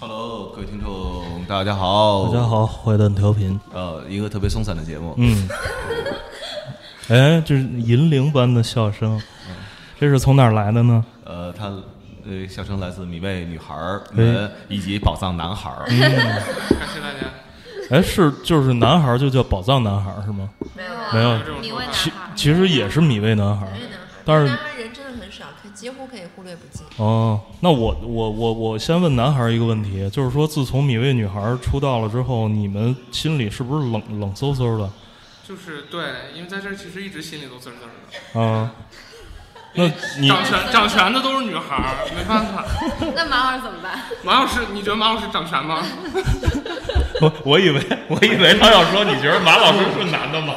Hello，各位听众，大家好，大家，好，坏蛋调频。呃，一个特别松散的节目， 嗯，哎，这是银铃般的笑声，这是从哪儿来的呢？呃，他呃，笑声来自米味女孩儿哎们以及宝藏男孩儿，感谢大家。哎，是就是男孩儿就叫宝藏男孩儿是吗？没有没有米味男其孩，嗯其实也是米味男孩儿米味男孩，但是男孩人真的很少，可几乎可以忽略不计。哦，那我我我我先问男孩儿一个问题，就是说自从米味女孩儿出道了之后，你们心里是不是冷冷飕飕的？就是对，因为在这儿其实一直心里都滋儿滋儿啊，那的。你掌权掌权的都是女孩儿，没办法。那马老师怎么办？马老师，你觉得马老师掌权吗？我 我以为我以为他要说你觉得马老师是 男的吗？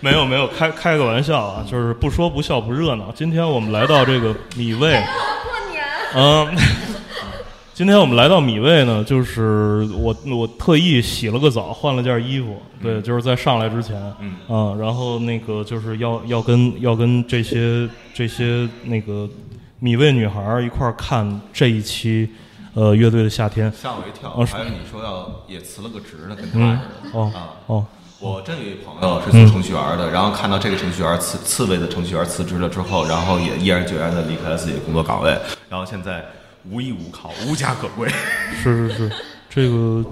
没有没有，开开个玩笑啊，就是不说不笑不热闹。今天我们来到这个米味，过年嗯， 今天我们来到米味呢，就是我我特意洗了个澡，换了件衣服，对，就是在上来之前，嗯然后那个就是要要跟要跟这些这些那个米味女孩儿一块儿看这一期呃乐队的夏天，吓我一跳。哦是还有你说要也辞了个职呢，跟他似的哦啊。哦。我真有一朋友是做程序员的，然后看到这个程序员刺刺猬的程序员辞职了之后，然后也毅然决然的离开了自己的工作岗位，然后现在无依无靠，无家可归。是是是，这个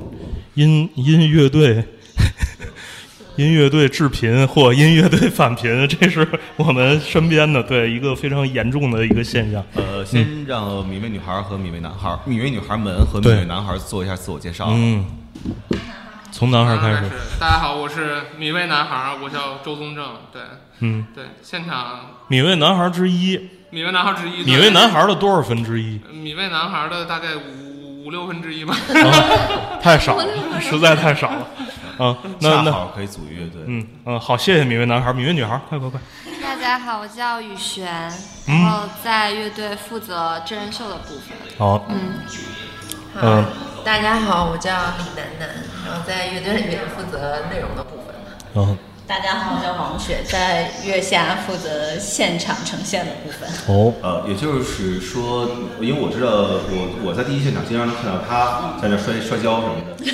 音音乐队， 音乐队致贫或音乐队返贫，这是我们身边的对一个非常严重的一个现象。呃，先让米味女孩和米味男孩、米味女孩们和米对味男孩做一下自我介绍。嗯，从男孩儿当开然始啊是，。大家好，我是米味男孩儿，我叫周宗正。对嗯，对，现场米味男孩儿之一，米味男孩儿之一。米味男孩儿的多少分之一？对，米味男孩儿的大概五五六分之一吧。 啊，太少了，实在太少了。啊，那恰那好可以组乐队。嗯嗯，好，谢谢米味男孩儿，米味女孩儿，快快快！大家好，我叫雨璇，嗯然后在乐队负责真人秀的部分。好，好，嗯大家好，我叫李楠楠，然后在乐队里面负责内容的部分。然后大家好，我叫王雪，在月下负责现场呈现的部分。哦，呃，也就是说，因为我知道我我在第一现场经常能看到他在那摔摔跤什么的，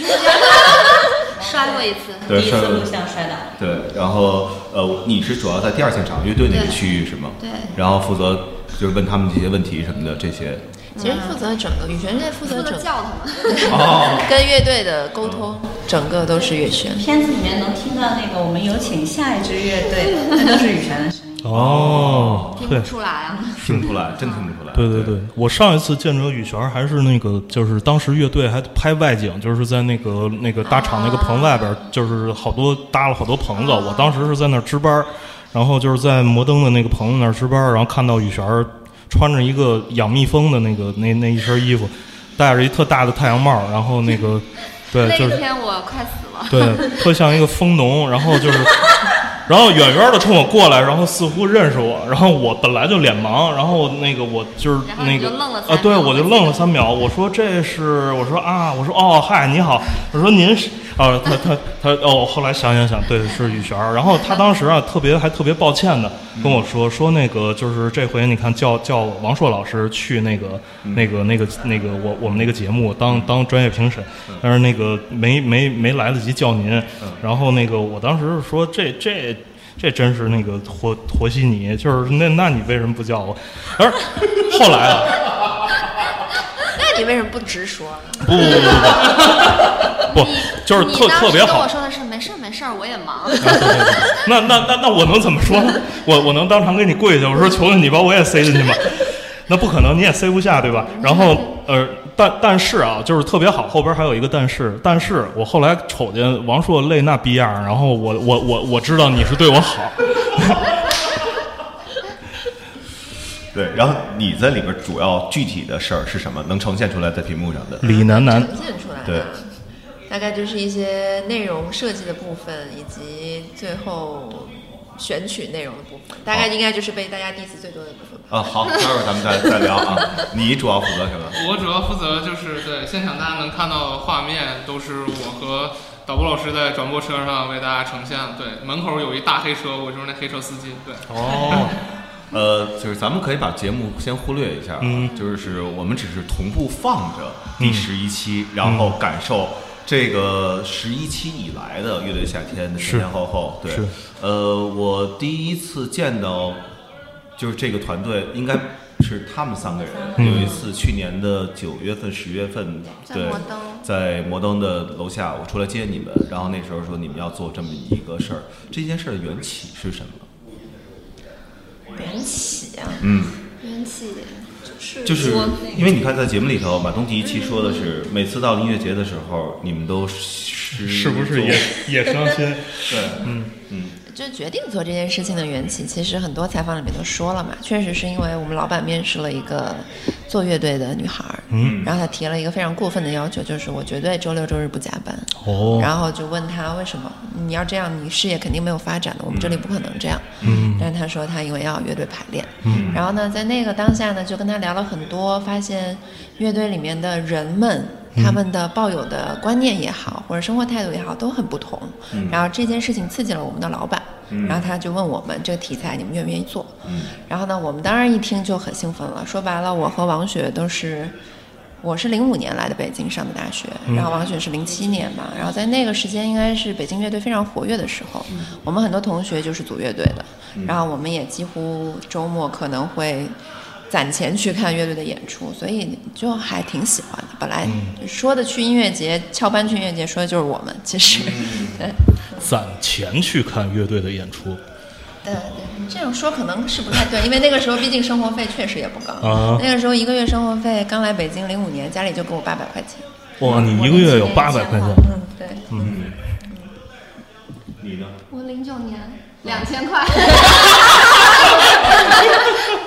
摔过一次，对第一摔次录像摔倒了，对，然后呃，你是主要在第二现场乐队那个对区域是吗？对然后负责就是问他们这些问题什么的这些。其实负责整个，羽泉是负责负责整叫他们。哦，跟乐队的沟通，整个都是乐旋。片子里面能听到那个我们有请下一支乐队，那都是羽泉的声音。哦，听对不。出来啊，听不出来，真听不出来。对对对，我上一次见着雨璇儿还是那个，就是当时乐队还拍外景，就是在那个那个大厂那个棚外边儿，就是好多搭了好多棚子。我当时是在那儿值班儿，然后就是在摩登的那个棚子那儿值班儿，然后看到雨璇儿穿着一个养蜜蜂的那个那那一身衣服，戴着一特大的太阳帽，然后那个对 那就一是天我快死了。对，特像一个蜂农，然后就是，然后远远的冲我过来，然后似乎认识我，然后我本来就脸盲，然后那个我就是然后那你就个愣了三啊，对秒我就愣了三秒，我说这是，我说啊，我说哦嗨你好，我说您是啊，他他他哦，后来想想想，对，是雨璇儿，然后他当时啊特别还特别抱歉的跟我说说那个就是这回你看叫叫王硕老师去那个那个那个那个我我们那个节目当当专业评审，但是那个没没没来得及叫您，然后那个我当时说这这。这真是那个和和稀泥，就是那那你为什么不叫我？而后来啊，那你为什么不直说呢？不不不不不，不，就是特你当时特别跟我好。说的是没事儿没事儿，我也忙。 那那那那我能怎么说呢？我我能当场给你跪下，我说求求你把我也塞进去吗？那不可能，你也塞不下，对吧？然后呃，但但是啊，就是特别好，后边还有一个但是，但是我后来瞅见王硕累那逼样儿，然后我我我我知道你是对我好，对，然后你在里边主要具体的事儿是什么？能呈现出来在屏幕上的？李楠楠嗯呈现出来对的，大概就是一些内容设计的部分，以及最后选取内容的部分，大概应该就是被大家 diss 最多的部分吧。啊，好，待会儿咱们再再聊啊。你主要负责什么？我主要负责就是对现场大家能看到的画面，都是我和导播老师在转播车上为大家呈现。对，门口有一大黑车，我就是那黑车司机。对，哦，呃，就是咱们可以把节目先忽略一下，啊嗯就是我们只是同步放着第十一期，然嗯后感受这个十一期以来的乐队夏天的是前前后后。对是，呃，我第一次见到就是这个团队，应该是他们三个人。有一次去年的九月份、十月份，在对摩登，在摩登的楼下，我出来接你们，然后那时候说你们要做这么一个事儿，这件事儿的缘起是什么？缘起啊，嗯。元气就是就是说因为你看，在节目里头，马东第一期说的是，每次到音乐节的时候，你们都是是不是也也伤心？对，嗯嗯，就决定做这件事情的缘起，其实很多采访里面都说了嘛，确实是因为我们老板面试了一个做乐队的女孩，嗯，然后她提了一个非常过分的要求，就是我绝对周六周日不加班，哦然后就问她为什么你要这样，你事业肯定没有发展的，我们这里不可能这样，嗯，但是她说她因为要乐队排练，嗯，然后呢，在那个当下呢，就跟她聊了很多，发现乐队里面的人们。他们的抱有的观念也好，或者生活态度也好，都很不同。然后这件事情刺激了我们的老板，然后他就问我们这个题材你们愿不愿意做？然后呢，我们当然一听就很兴奋了。说白了，我和王雪都是，我是零五年来的北京上的大学，然后王雪是零七年嘛，然后在那个时间应该是北京乐队非常活跃的时候，我们很多同学就是组乐队的，然后我们也几乎周末可能会。攒钱去看乐队的演出，所以就还挺喜欢的。本来说的去音乐节，翘班去音乐节，说的就是我们。其实， 对，攒钱去看乐队的演出对，对，这样说可能是不太对，因为那个时候毕竟生活费确实也不高。啊那个时候一个月生活费，刚来北京零五年，家里就给我八百块钱。哇！你一个月有八百块钱，嗯，对，你呢？我零九年嗯两千 块，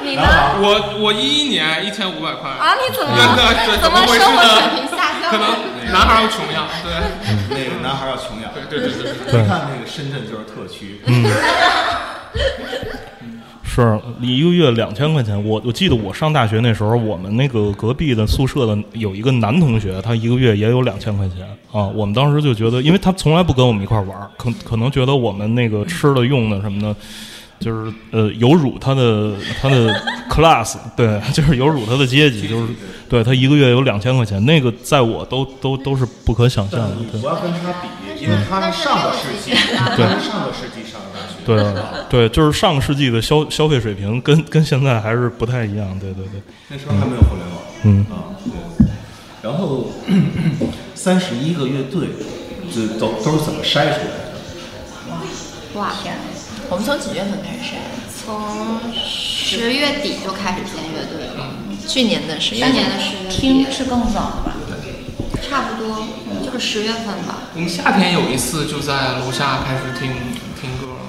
你呢？我我一一年一千五百块，啊，你怎么真的对怎么怎么回事生活呢水平下降？可能男孩儿穷养，对那个男孩要穷养，对对对对对，对你看那个深圳就是特区，嗯是你一个月两千块钱。我我记得我上大学那时候，我们那个隔壁的宿舍的有一个男同学，他一个月也有两千块钱啊。我们当时就觉得，因为他从来不跟我们一块儿玩儿，可可能觉得我们那个吃的用的什么的。就是呃，有辱他的他 的 class，对， 就是有辱他的阶级，就是对他一个月有两千块钱，那个在我都都都是不可想象的。对你不要跟他比，因为他是上个世纪，他对是上个世纪上的大学，对是吧对，就是上个世纪的消消费水平跟跟现在还是不太一样。对对对，那时候还没有互联网，嗯啊，对，然后 三十一个乐队，这都都是怎么筛出来的？哇，天啊，我们从几月份开始啊？从十月底就开始建乐队了，去年的十月去年的十月底听是更早的吧？差不多就是十月份吧。我们夏天有一次就在楼下开始听听歌了，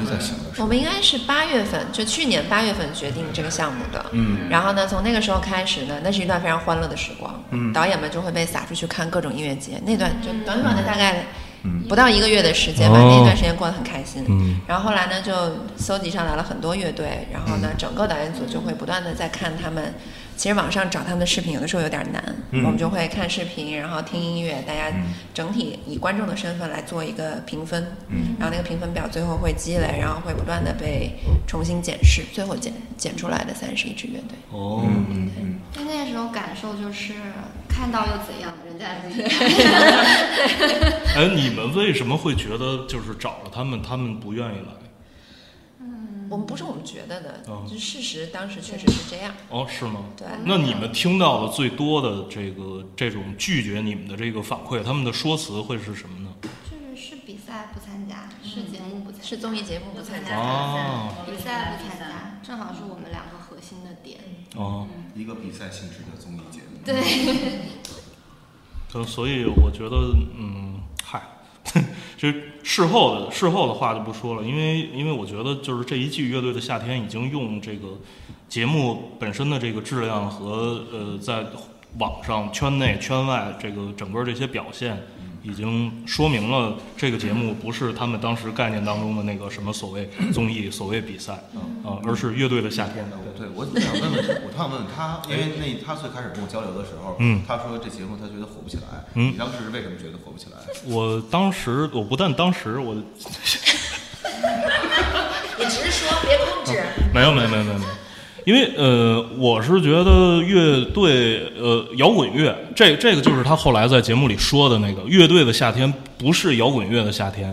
你在想着我们应该是八月份，就去年八月份决定这个项目的。嗯，然后呢，从那个时候开始呢，那是一段非常欢乐的时光。嗯，导演们就会被撒出去看各种音乐节，那段就短短的大概不到一个月的时间吧，哦那段时间过得很开心。嗯，然后后来呢，就搜集上来了很多乐队，然后呢，整个导演组就会不断的在看他们。其实网上找他们的视频有的时候有点难，我们就会看视频，然后听音乐，大家整体以观众的身份来做一个评分，嗯嗯然后那个评分表最后会积累，然后会不断的被重新检视，最后检检出来的三十一支乐队。哦，嗯嗯但那时候感受就是看到又怎样，人家也不一样。哎，你们为什么会觉得就是找了他们，他们不愿意来？我们不是我们觉得的，哦就事实当时确实是这样。哦，是吗？对那你们听到的最多的这个这种拒绝你们的这个反馈，他们的说辞会是什么呢？就是是比赛不参加，是节目不参加，嗯是综艺节目嗯不参加哦比赛不参加，正好是我们两个核心的点。哦，嗯，一个比赛性质的综艺节目，对，呃，所以我觉得，嗯，嗨， 就是事后的事后的话就不说了，因为因为我觉得就是这一季乐队的夏天已经用这个节目本身的这个质量和呃在网上圈内圈外这个整个这些表现，已经说明了这个节目不是他们当时概念当中的那个什么所谓综艺、所谓比赛啊、而是乐队的夏天。对，我我想问问他，我想问问他，因为那他最开始跟我交流的时候，嗯他说这节目他觉得火不起来，嗯你当时是为什么觉得火不起来？我当时我不但当时我你直说，别控制。 没有没有没有没有没有，因为呃，我是觉得乐队呃摇滚乐，这这个就是他后来在节目里说的那个乐队的夏天，不是摇滚乐的夏天。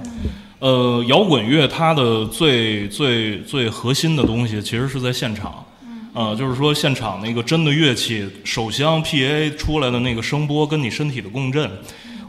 呃，摇滚乐它的最最最核心的东西其实是在现场。呃，就是说现场那个真的乐器，手箱 PA 出来的那个声波跟你身体的共振，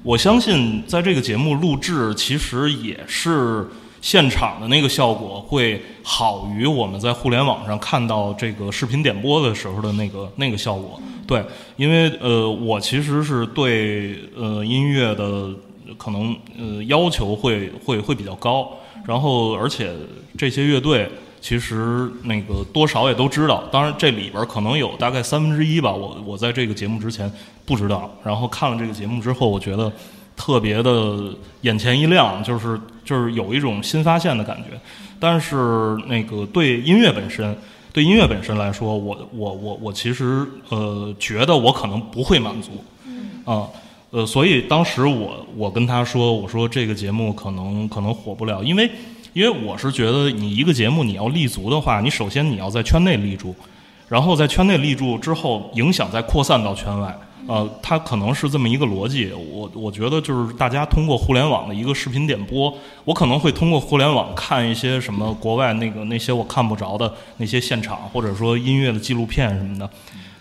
我相信在这个节目录制，其实也是现场的那个效果会好于我们在互联网上看到这个视频点播的时候的那个那个效果。对，因为呃，我其实是对呃音乐的可能呃要求会会会比较高，然后而且这些乐队其实那个多少也都知道，当然这里边可能有大概三分之一吧，我我在这个节目之前不知道，然后看了这个节目之后，我觉得特别的眼前一亮，就是就是有一种新发现的感觉。但是那个对音乐本身，对音乐本身来说，我我我我其实呃觉得我可能不会满足，啊，呃，所以当时我我跟他说，我说这个节目可能可能火不了，因为因为我是觉得你一个节目你要立足的话，你首先你要在圈内立住，然后在圈内立住之后，影响再扩散到圈外。呃，它可能是这么一个逻辑。我我觉得就是大家通过互联网的一个视频点播，我可能会通过互联网看一些什么国外那个那些我看不着的那些现场，或者说音乐的纪录片什么的。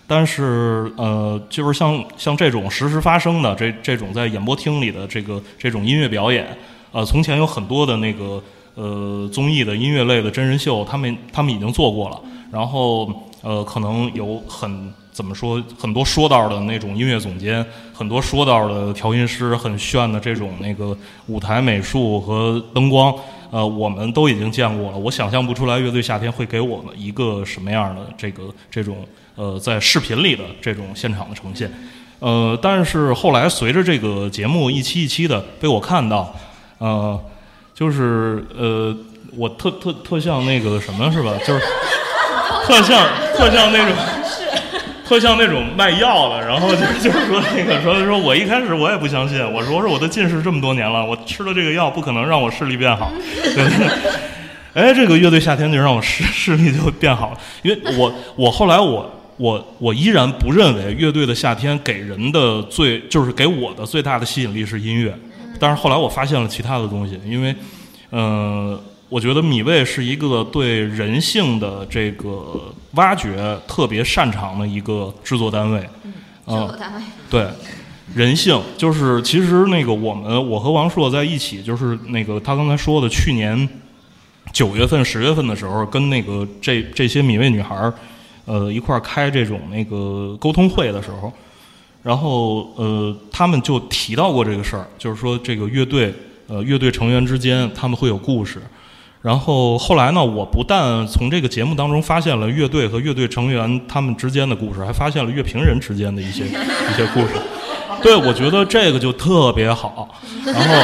但是呃，就是像像这种实时发生的这这种在演播厅里的这个这种音乐表演，呃，从前有很多的那个呃综艺的音乐类的真人秀，他们他们已经做过了，然后呃，可能有很怎么说很多说道的那种音乐总监，很多说道的调音师，很炫的这种那个舞台美术和灯光，呃，我们都已经见过了。我想象不出来乐队夏天会给我们一个什么样的这个这种呃在视频里的这种现场的呈现。呃，但是后来随着这个节目一期一期的被我看到，呃，就是呃，我特特特像那个什么是吧？就是特像特像那种。特像那种卖药的，然后就 就是说那个说说我一开始我也不相信，我说我说我都近视这么多年了，我吃了这个药不可能让我视力变好，对不对？哎，这个乐队夏天就让我视视力就变好了，因为我我后来我我我依然不认为乐队的夏天给人的最就是给我的最大的吸引力是音乐，但是后来我发现了其他的东西，因为呃，我觉得米未是一个对人性的这个挖掘特别擅长的一个制作单位，哦嗯、作单位对，人性就是其实那个我们我和王朔在一起，就是那个他刚才说的去年九月份、十月份的时候，跟那个这这些米味女孩儿，呃一块儿开这种那个沟通会的时候，然后呃他们就提到过这个事儿，就是说这个乐队呃乐队成员之间他们会有故事。然后后来呢，我不但从这个节目当中发现了乐队和乐队成员他们之间的故事，还发现了乐评人之间的一些一些故事。对，我觉得这个就特别好。然后，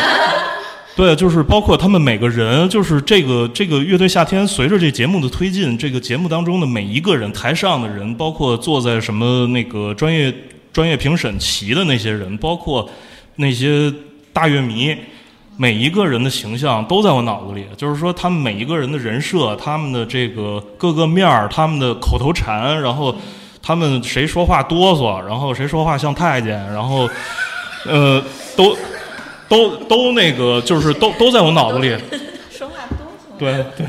对，就是包括他们每个人，就是这个这个乐队夏天，随着这节目的推进，这个节目当中的每一个人，台上的人，包括坐在什么那个专业专业评审席的那些人，包括那些大乐迷。每一个人的形象都在我脑子里，就是说他们每一个人的人设，他们的这个各个面儿，他们的口头禅，然后他们谁说话哆嗦，然后谁说话像太监，然后呃，都都都那个，就是都都在我脑子里。说话多吗？对对，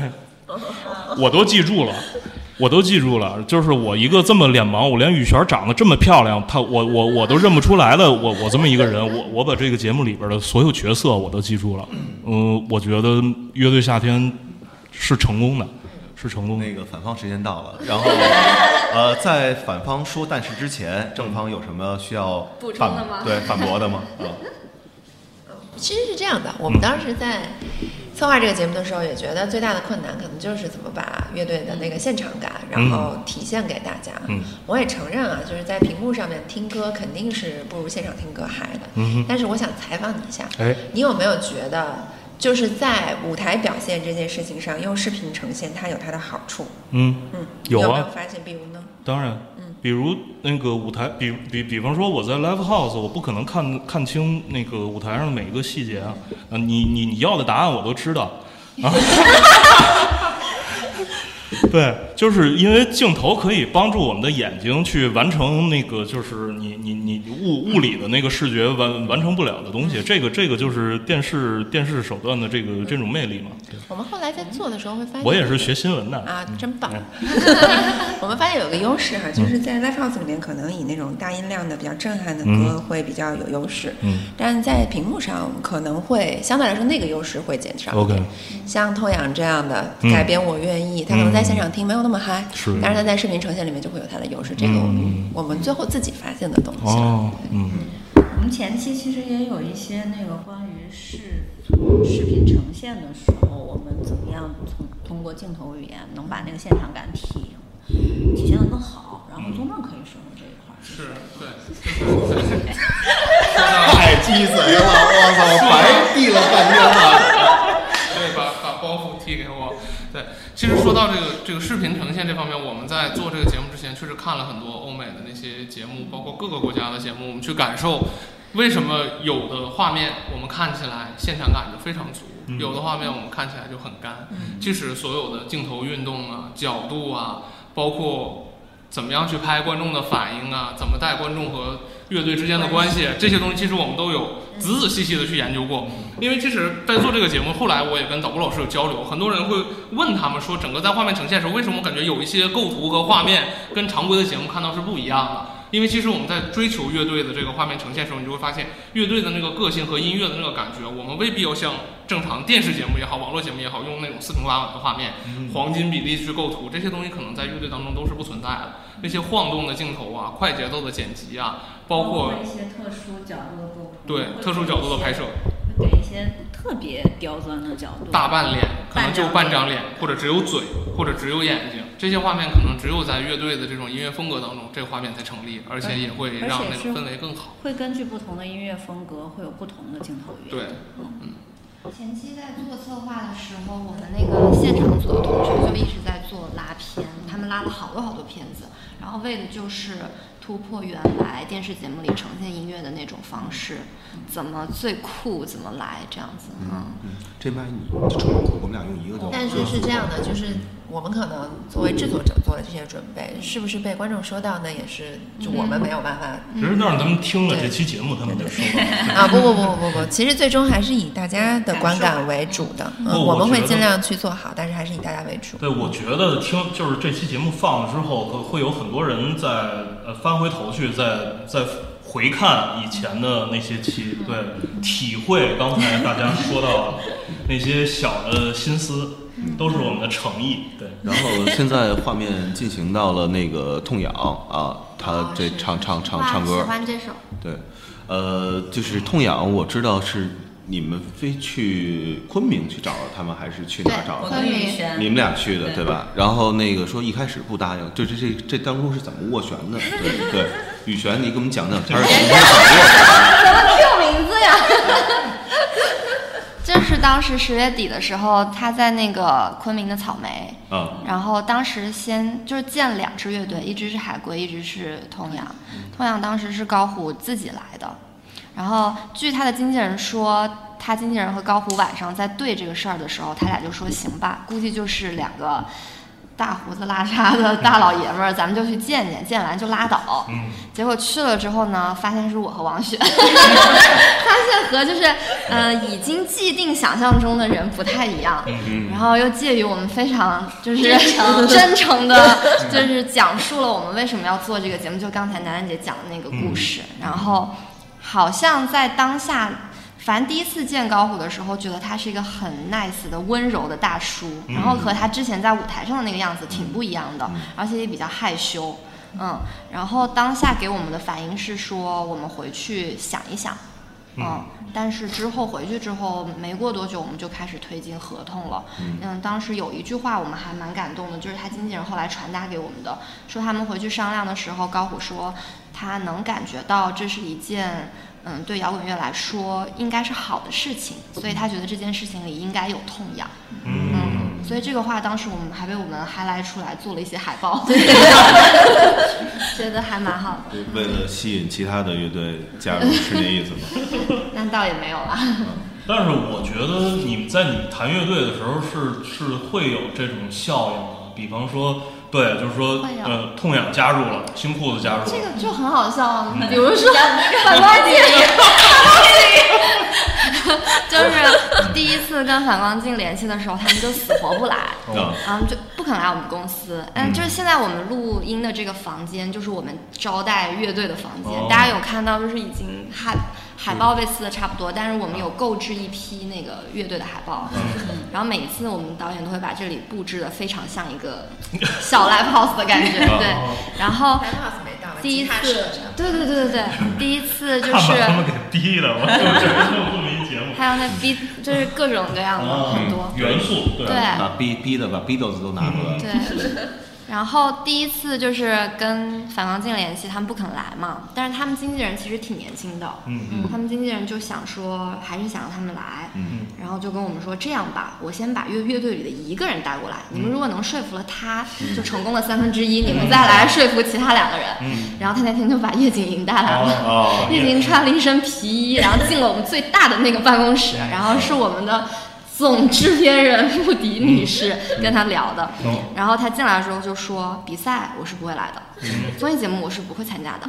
我都记住了，我都记住了。就是我一个这么脸盲，我连羽泉长得这么漂亮，她我我我都认不出来的，我我这么一个人，我我把这个节目里边的所有角色我都记住了。嗯、我觉得乐队夏天是成功的，是成功的。那个反方时间到了， 然后呃，在反方说但是之前，正方有什么需要补充反的吗对，反驳的吗？啊，其实是这样的，我们当时嗯在策划这个节目的时候，也觉得最大的困难可能就是怎么把乐队的那个现场感，然后体现给大家。嗯我也承认啊，就是在屏幕上面听歌肯定是不如现场听歌嗨的。嗯哼但是我想采访你一下，哎你有没有觉得，就是在舞台表现这件事情上，用视频呈现它有它的好处？嗯，嗯，有啊你有没有发现？比如呢？当然嗯，比如那个舞台，比比比方说我在 live house，我不可能看看清那个舞台上的每一个细节啊。呃，你你你要的答案我都知道啊。 对，就是因为镜头可以帮助我们的眼睛去完成那个，就是你你你物物理的那个视觉完完成不了的东嗯西。这个这个就是电视电视手段的这个这种魅力嘛。对我们后来在做的时候会发现，我也是学新闻的，啊，真棒！ 我们发现有个优势哈，就是在 Live House 里面，可能以那种大音量的、比较震撼的歌会比较有优势。嗯，但在屏幕上可能会相对来说那个优势会减少。 OK 像透氧这样的嗯改编，我愿意，他可能在现场听没有那么嗨，是嗯但是他在视频呈现里面就会有他的优势。这个我们我们最后自己发现的东西。啊哦，嗯，我们前期其实也有一些那个关于视视频呈现的时候，我们怎么样从通过镜头语言能把那个现场感体体现的更好，然后宗正可以说说这一块儿。是对， 太鸡贼了，我操，白递了半天了。 对，把把包袱踢给我。对，其实说到这个这个视频呈现这方面，我们在做这个节目之前，确实看了很多欧美的那些节目，包括各个国家的节目，我们去感受为什么有的画面我们看起来现场感就非常足，有的画面我们看起来就很干。即使所有的镜头运动啊、角度啊，包括怎么样去拍观众的反应啊，怎么带观众和乐队之间的关系，这些东西其实我们都有仔仔细细的去研究过。因为其实，在做这个节目，后来我也跟导播老师有交流，很多人会问他们说，整个在画面呈现的时候，为什么我感觉有一些构图和画面跟常规的节目看到是不一样的？因为其实我们在追求乐队的这个画面呈现的时候，你就会发现乐队的那个个性和音乐的那个感觉，我们未必要像正常电视节目也好，网络节目也好，用那种四平八稳的画面、黄金比例去构图，这些东西可能在乐队当中都是不存在的。那些晃动的镜头啊，快节奏的剪辑啊，包括一些特殊角度的构图，对特殊角度的拍摄，会给一些特别刁钻的角度，大半脸，可能就半张脸，或者只有嘴，或者只有眼睛，这些画面可能只有在乐队的这种音乐风格当中，这个画面才成立，而且也会让那个氛围更好。会根据不同的音乐风格会有不同的镜头语言。对，前期在做策划的时候，我们那个现场组的同学就一直在做拉片，他们拉了好多好多片子，然后为的就是突破原来电视节目里呈现音乐的那种方式，怎么最酷怎么来这样子。嗯，这麦你就冲我，我们俩用一个就好。 但是是这样的，就是我们可能作为制作者做的这些准备，是不是被观众收到，那也是就我们没有办法只是让他们听了这期节目，他们就说了。啊，不不不不不，其实最终还是以大家的观感为主的，嗯，不我我们会觉得尽量去做好，但是还是以大家为主。对，我觉得听就是这期节目放了之后，会会有很多人在呃翻回头去，再再回看以前的那些期，对，体会刚才大家说到那些小的心思，都是我们的诚意。对，然后现在画面进行到了那个痛痒啊，他这唱唱唱唱歌喜，欢这首，对，呃，就是痛痒，我知道是你们非去昆明去找他们，还是去哪儿找我的？跟宇轩你们俩去的对对吧？然后那个说一开始不答应，这这这这当中是怎么斡旋的？对对，羽泉，你给我们讲讲他是怎么这名字呀。就是当时十月底的时候，他在那个昆明的草莓，啊？然后当时先就是建了两支乐队，一支是海龟，一支是痛痒。痛痒当时是高虎自己来的，然后据他的经纪人说，他经纪人和高虎晚上在对这个事儿的时候，他俩就说行吧，估计就是两个大胡子拉碴的大老爷们儿，咱们就去见见，见完就拉倒。嗯，结果去了之后呢，发现是我和王雪，发现和就是呃已经既定想象中的人不太一样，然后又介于我们非常就是 真诚的，就是讲述了我们为什么要做这个节目，就刚才楠楠姐讲的那个故事，然后好像在当下。反正第一次见高虎的时候，觉得他是一个很 nice 的、温柔的大叔，然后和他之前在舞台上的那个样子挺不一样的，而且也比较害羞。嗯，然后当下给我们的反应是说，我们回去想一想。嗯，但是之后回去之后，没过多久我们就开始推进合同了。嗯，当时有一句话我们还蛮感动的，就是他经纪人后来传达给我们的，说他们回去商量的时候，高虎说他能感觉到这是一件，嗯，对摇滚乐来说应该是好的事情，所以他觉得这件事情里应该有痛痒。嗯，嗯，所以这个话当时我们还被我们 highlight 出来，做了一些海报，觉得还蛮好的， 为了吸引其他的乐队加入，是这意 思吗？但倒也没有啦。但是我觉得你们在你们弹乐队的时候是是会有这种效应的，比方说，对，就是说换，药呃，痛痒加入了，新裤子加入了，这个就很好笑啊，比如说反光镜，就是第一次跟反光镜联系的时候，他们就死活不来，啊，然后就不肯来我们公司。嗯，就是现在我们录音的这个房间，就是我们招待乐队的房哦间，大家有看到，就是已经海海报被撕的差不多，但是我们有购置一批那个乐队的海报，嗯然后每一次我们导演都会把这里布置的非常像 一个小 live house 的感觉，哦对，然后。 house 没到吧第一吉他次社，对对对对对，第一次就看是把他们给逼的，我 就觉得这么一节目，还有那 B，就是各种嗯各样嗯的很多，元素，对，对把逼逼的把 Beatles 都拿嗯过来了，嗯对。 然后第一次就是跟反光镜联系，他们不肯来嘛，但是他们经纪人其实挺年轻的，嗯嗯，他们经纪人就想说还是想让他们来，嗯，然后就跟我们说这样吧，我先把乐乐队里的一个人带过来，嗯你们如果能说服了他，就成功了三分之一，你们再来说服其他两个人，嗯，然后他那天就把叶景莹带来了。哦叶琳穿了一身皮衣，然后进了我们最大的那个办公室，哎然后是我们的总制片人穆迪女士跟她聊的。嗯哦然后她进来的时候就说：“比赛我是不会来的，嗯综艺节目我是不会参加的。”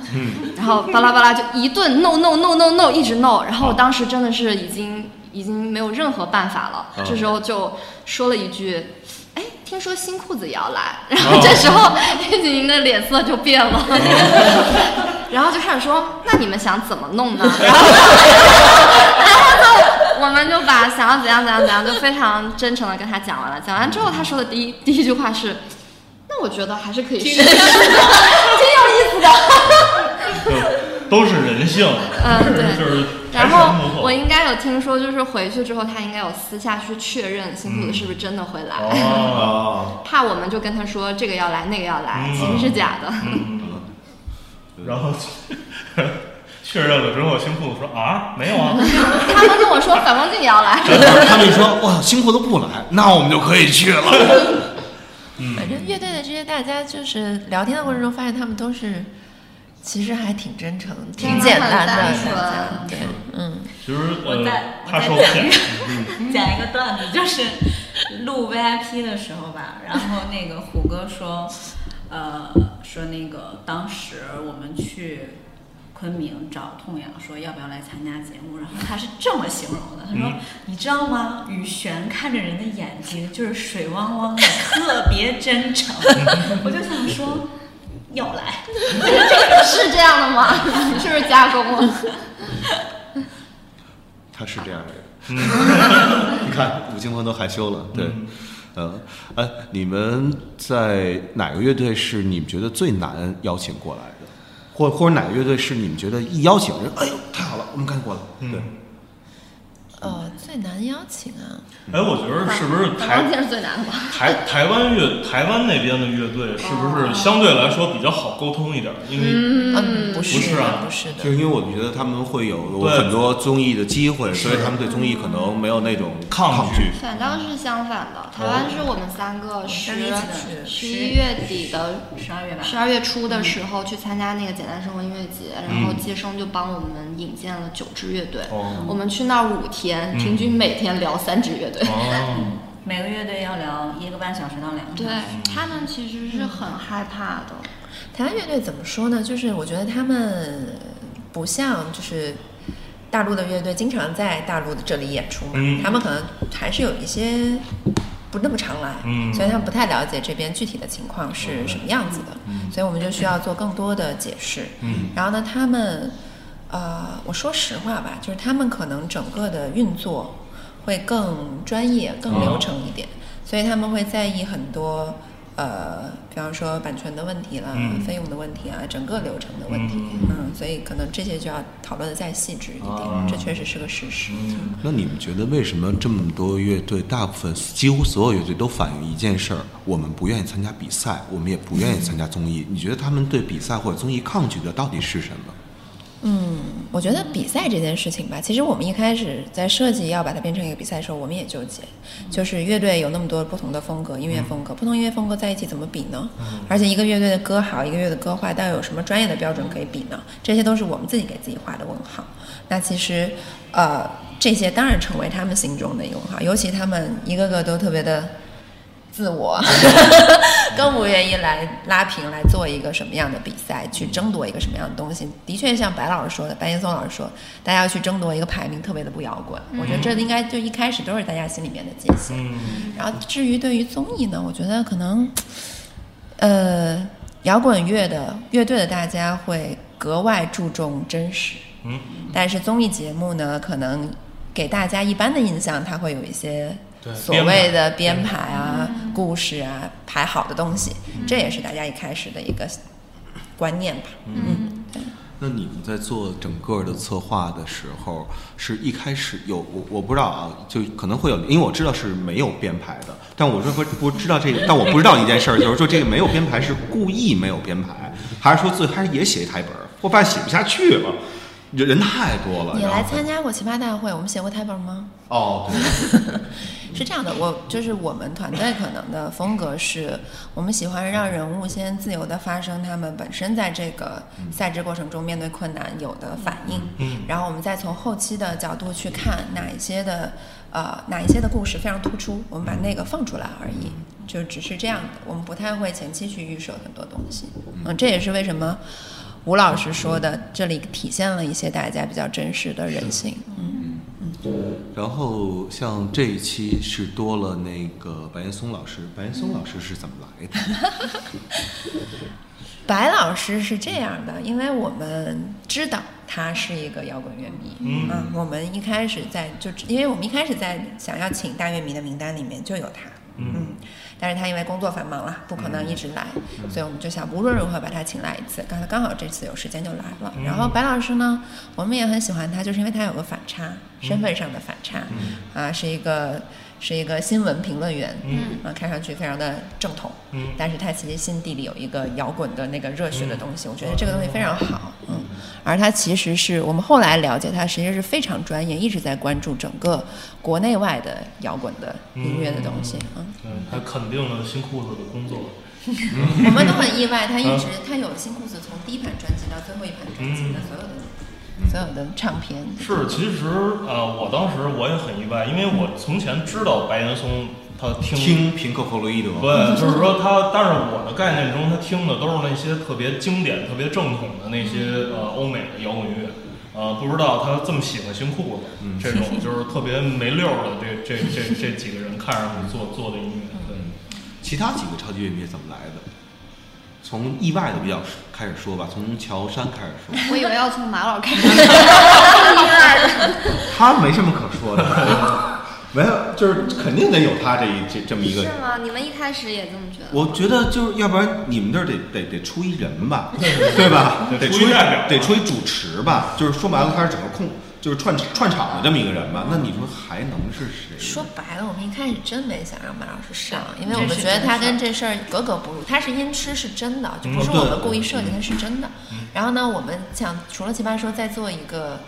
然后巴拉巴拉就一顿 no no no no no 一直 no，然后我当时真的是已经已经没有任何办法了，这时候就说了一句。哎，听说新裤子也要来，然后这时候叶景莹的脸色就变了， 然后就开始说：“那你们想怎么弄呢？”然后，然后就我们就把想要怎样怎样怎样，就非常真诚的跟他讲完了。讲完之后，他说的第一第一句话是：“那我觉得还是可以试试，挺有意思的。就都是人性，嗯 就是对就是”柴然米后油我盐应该有听说，就是回去之后，他应该有私下去确认辛苦的是不是真的会来，哦，哦， 怕我们就跟他说这个要来那个要来，嗯其实是假 的。嗯，然后 确认了之后，新裤子说啊，没有 啊，他们跟我说反光镜也要来， 他们一说哇，新裤子不来，那我们就可以去了，反正乐队的这些大家就是聊天的过程中，发现他们都是其实还挺真诚、挺简单的嗯单大纯家。对，嗯，其实我呃在，我他在受讲 骗一，个讲一个段子，就是录 VIP 的时候吧，然后那个虎哥说，呃，说那个当时我们去昆明找痛痒，说要不要来参加节目，然后他是这么形容的，他说，嗯你知道吗？雨璇看着人的眼睛就是水汪汪的，特别 真诚，我就想说。要来，是这样的吗？ 是不是加工了？他是这样的人。 你看，吴京欢都害羞了，对，嗯，哎，你们在哪个乐队是你们觉得最难邀请过来的，或或者哪个乐队是你们觉得一邀请人，哎呦太好了，我们赶紧过来，嗯对，哦，最难邀请啊，哎，我觉得是不是台反光镜是最难的吧？台台湾乐台湾那边的乐队是不哦是相对来说比较好沟通一点？因为嗯，不不是啊不是就的，是因为我觉得他们会有对很多综艺的机会，所以他们对综艺可能没有那种抗拒。反倒是相反哦的，台湾是我们三个十们一起的十一月底的。十二月吧，十二月初的时候去参加那个简单生活音乐节，然后接生就帮我们引荐了九支乐队。哦我们去那儿五天，平均每天聊三支乐队。哦，每个乐队要聊一个半小时到两个小时对。他们其实是很害怕的。 台湾乐队怎么说呢？就是我觉得他们不像就是大陆的乐队，经常在大陆的这里演出嘛，嗯他们可能还是有一些不那么常来，嗯所以他们不太了解这边具体的情况是什么样子的，所以我们就需要做更多的解释。嗯然后呢，他们呃，我说实话吧，就是他们可能整个的运作会更专业、哦更流程一点，所以他们会在意很多。呃，比方说版权的问题啦，嗯费用的问题啊，整个流程的问题，嗯嗯所以可能这些就要讨论的再细致一点，哦这确实是个事实。嗯那你们觉得为什么这么多乐队，大部分几乎所有乐队都反映一件事儿：我们不愿意参加比赛，我们也不愿意参加综艺。你觉得他们对比赛或者综艺抗拒的到底是什么？我觉得比赛这件事情吧，其实我们一开始在设计要把它变成一个比赛的时候，我们也纠结，就是乐队有那么多不同的风格，音乐风格，不同音乐风格在一起怎么比呢？而且一个乐队的歌好，一个乐队的歌坏，但有什么专业的标准可以比呢？这些都是我们自己给自己画的问号。那其实，呃，这些当然成为他们心中的一个问号，尤其他们一个个都特别的。自我， 更不愿意来拉平来做一个什么样的比赛，去争夺一个什么样的东西。的确，像白老师说的，白岩松老师说，大家要去争夺一个排名，特别的不摇滚。我觉得这应该就一开始都是大家心里面的界限。嗯然后，至于对于综艺呢，我觉得可能，呃，摇滚乐的乐队的大家会格外注重真实。嗯，但是综艺节目呢，可能给大家一般的印象，它会有一些对所编排谓的编排啊、故事啊、排好的东西，嗯这也是大家一开始的一个观念吧。嗯，对那你们在做整个的策划的时候，是一开始有我我不知道啊，就可能会有，因为我知道是没有编排的，但我说不不知道这个，但我不知道一件事儿，就是说这个没有编排是故意没有编排，还是说最开始也写一台本儿，我发现写不下去了，人人太多了。你然后来参加过奇葩大会，我们写过台本吗？哦，对是这样的，我就是我们团队可能的风格是，我们喜欢让人物先自由地发生他们本身在这个赛制过程中面对困难有的反应，嗯然后我们再从后期的角度去看哪一些的呃哪一些的故事非常突出，我们把那个放出来而已，嗯就只是这样的，我们不太会前期去预设很多东西，嗯，这也是为什么吴老师说的，这里体现了一些大家比较真实的人性，嗯。然后像这一期是多了那个白岩松老师，白岩松老师是怎么来的？白老师是这样的，因为我们知道他是一个摇滚乐迷，嗯、我们一开始在就因为我们一开始在想要请大乐迷的名单里面就有他，嗯。但是他因为工作繁忙啦，不可能一直来，所以我们就想无论如何把他请来一次。刚才刚好这次有时间就来了。然后白老师呢，我们也很喜欢他，就是因为他有个反差，身份上的反差，啊，是一个是一个新闻评论员，嗯啊，看上去非常的正统，嗯但是他其实心底里有一个摇滚的那个热血的东西，我觉得这个东西非常好，嗯，而他其实是我们后来了解他，实际是非常专业，一直在关注整个国内外的摇滚的音乐的东西，嗯，对，他肯定了新裤子的工作。嗯我们都很意外，他一直他有新裤子从第一盘专辑到最后一盘专辑的所有的、所有的唱片，是，其实呃，我当时我也很意外，因为我从前知道白岩松他听平克·弗洛伊德，对，就是说他，但是我的概念中，他听的都是那些特别经典、特别正统的那些呃欧美的摇滚乐。呃，不知道他这么喜欢新裤子，这种就是特别没溜儿的这这这这几个人看上去做做的音乐，对，其他几个超级乐迷怎么来的？从意外的比较开始说吧，从乔杉开始说，我以为要从马老开始，我 他没什么可说的， 没有，就是肯定得有他这一这这么以一为个是。吗？你们一开始也这么觉得？我觉得就是要不然你们这儿得得得出一人吧，对吧？得得出一代表得出一主持吧，就是说白了他是整个控，就是串串场的这么一个人吧。那你说还能是谁？说白了，我们一开始真没想让马老师上，因为我们觉得他跟这事儿格格不入。他是音痴是真的，嗯就不是我们故意设计，他是真的。然后呢，我们想除了奇葩说，再做一个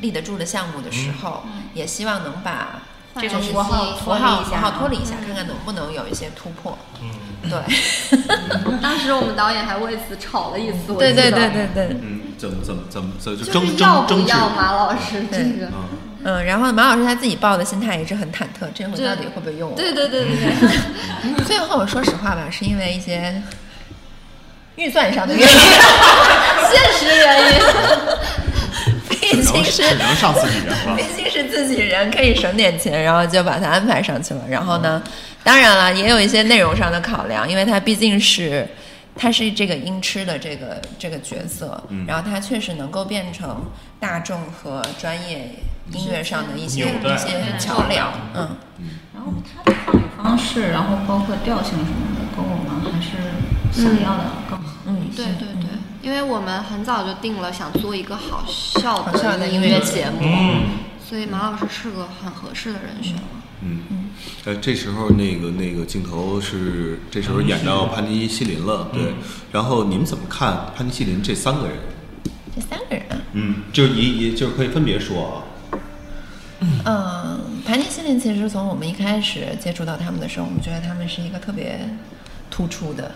立得住的项目的时嗯候，嗯也希望能把这种换符个号信符号息脱离一符下嗯号脱离一下，看看能不能有一些突破。嗯，对，当时我们导演还为此吵了一次，我对记得对对对对。嗯，怎么怎么怎么怎么就就争是要争不争执要马老师这个？啊？嗯，然后马老师他自己报的心态也是很忐忑，这回到底会不会用我？对对对对 对，最后我说实话吧，是因为一些预 算上的原因，现实原因。 毕竟是只能上自己人了毕。竟是自己人，可以省点钱，然后就把它安排上去了。然后呢，当然了，也有一些内容上的考量，因为他毕竟是他是这个音痴的这个这个角色，然后他确实能够变成大众和专业音乐上的一些纽带一些桥梁，嗯。然后他的话语方式，然后包括调性什么的，跟我们还是想要的更好。嗯，对对对，因为我们很早就定了想做一个好笑好笑的的音音乐乐节节目，嗯所以马老师是个很合适的人选。嗯，呃，这时候那个那个镜头是这时候演到潘尼西林了，嗯对。然后你们怎么看潘尼西林这三个人？这三个人啊，嗯，就是一一就是可以分别说啊。嗯，盘尼西林其实从我们一开始接触到他们的时候，我们觉得他们是一个特别突出的，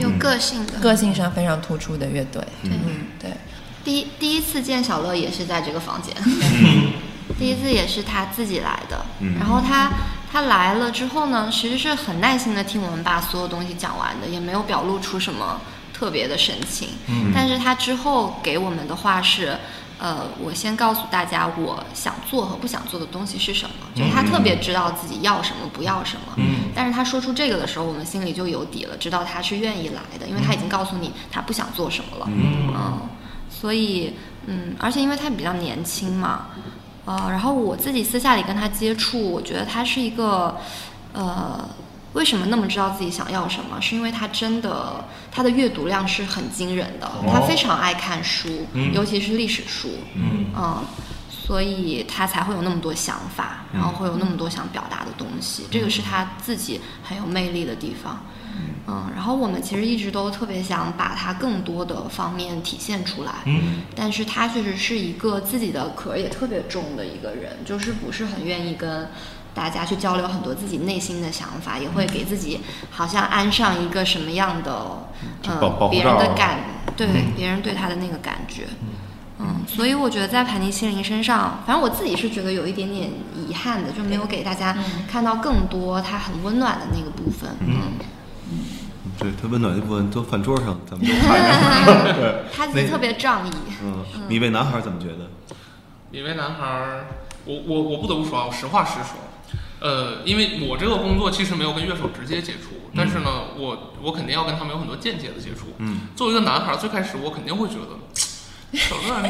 有个性的。个性上非常突出的乐队。嗯，对，第一第一次见小乐嗯 也是在这个房间，第一次也是他自己来的。然后他他来了之后呢，其实是很耐心的听我们把所有东西讲完的，也没有表露出什么特别的神情。嗯、但是他之后给我们的话是，呃，我先告诉大家我想做和不想做的东西是什么，就是他特别知道自己要什么，不要什么。嗯但是他说出这个的时候，我们心里就有底了，知道他是愿意来的，因为他已经告诉你他不想做什么了。嗯所以嗯，而且因为他比较年轻嘛，呃，然后我自己私下里跟他接触，我觉得他是一个呃。为什么那么知道自己想要什么？是因为他真的，他的阅读量是很惊人的，他非常爱看书，哦嗯尤其是历史书。嗯嗯，所以他才会有那么多想法，嗯然后会有那么多想表达的东西，这个是他自己很有魅力的地方。嗯，然后我们其实一直都特别想把他更多的方面体现出来，嗯但是他确实是一个自己的壳也特别重的一个人，就是不是很愿意跟大家去交流很多自己内心的想法，也会给自己好像安上一个什么样的嗯保保呃护别人罩的儿嗯感，对、别人对他的那个感觉。嗯，所以我觉得在盘尼西林身上，反正我自己是觉得有一点点遗憾的，就没有给大家看到更多他很温暖的那个部分。嗯，对，它温暖的部分都饭桌上，咱们都看着。 对，他自己特别 仗义。嗯，你为男孩儿怎么觉得？一位男孩儿，我我我不得不说啊，我实话实说，呃，因为我这个工作其实没有跟乐手直接接触，但是呢，我我肯定要跟他们有很多间接的接触。嗯，作为一个男孩儿，最开始我肯定会觉得，小乐，你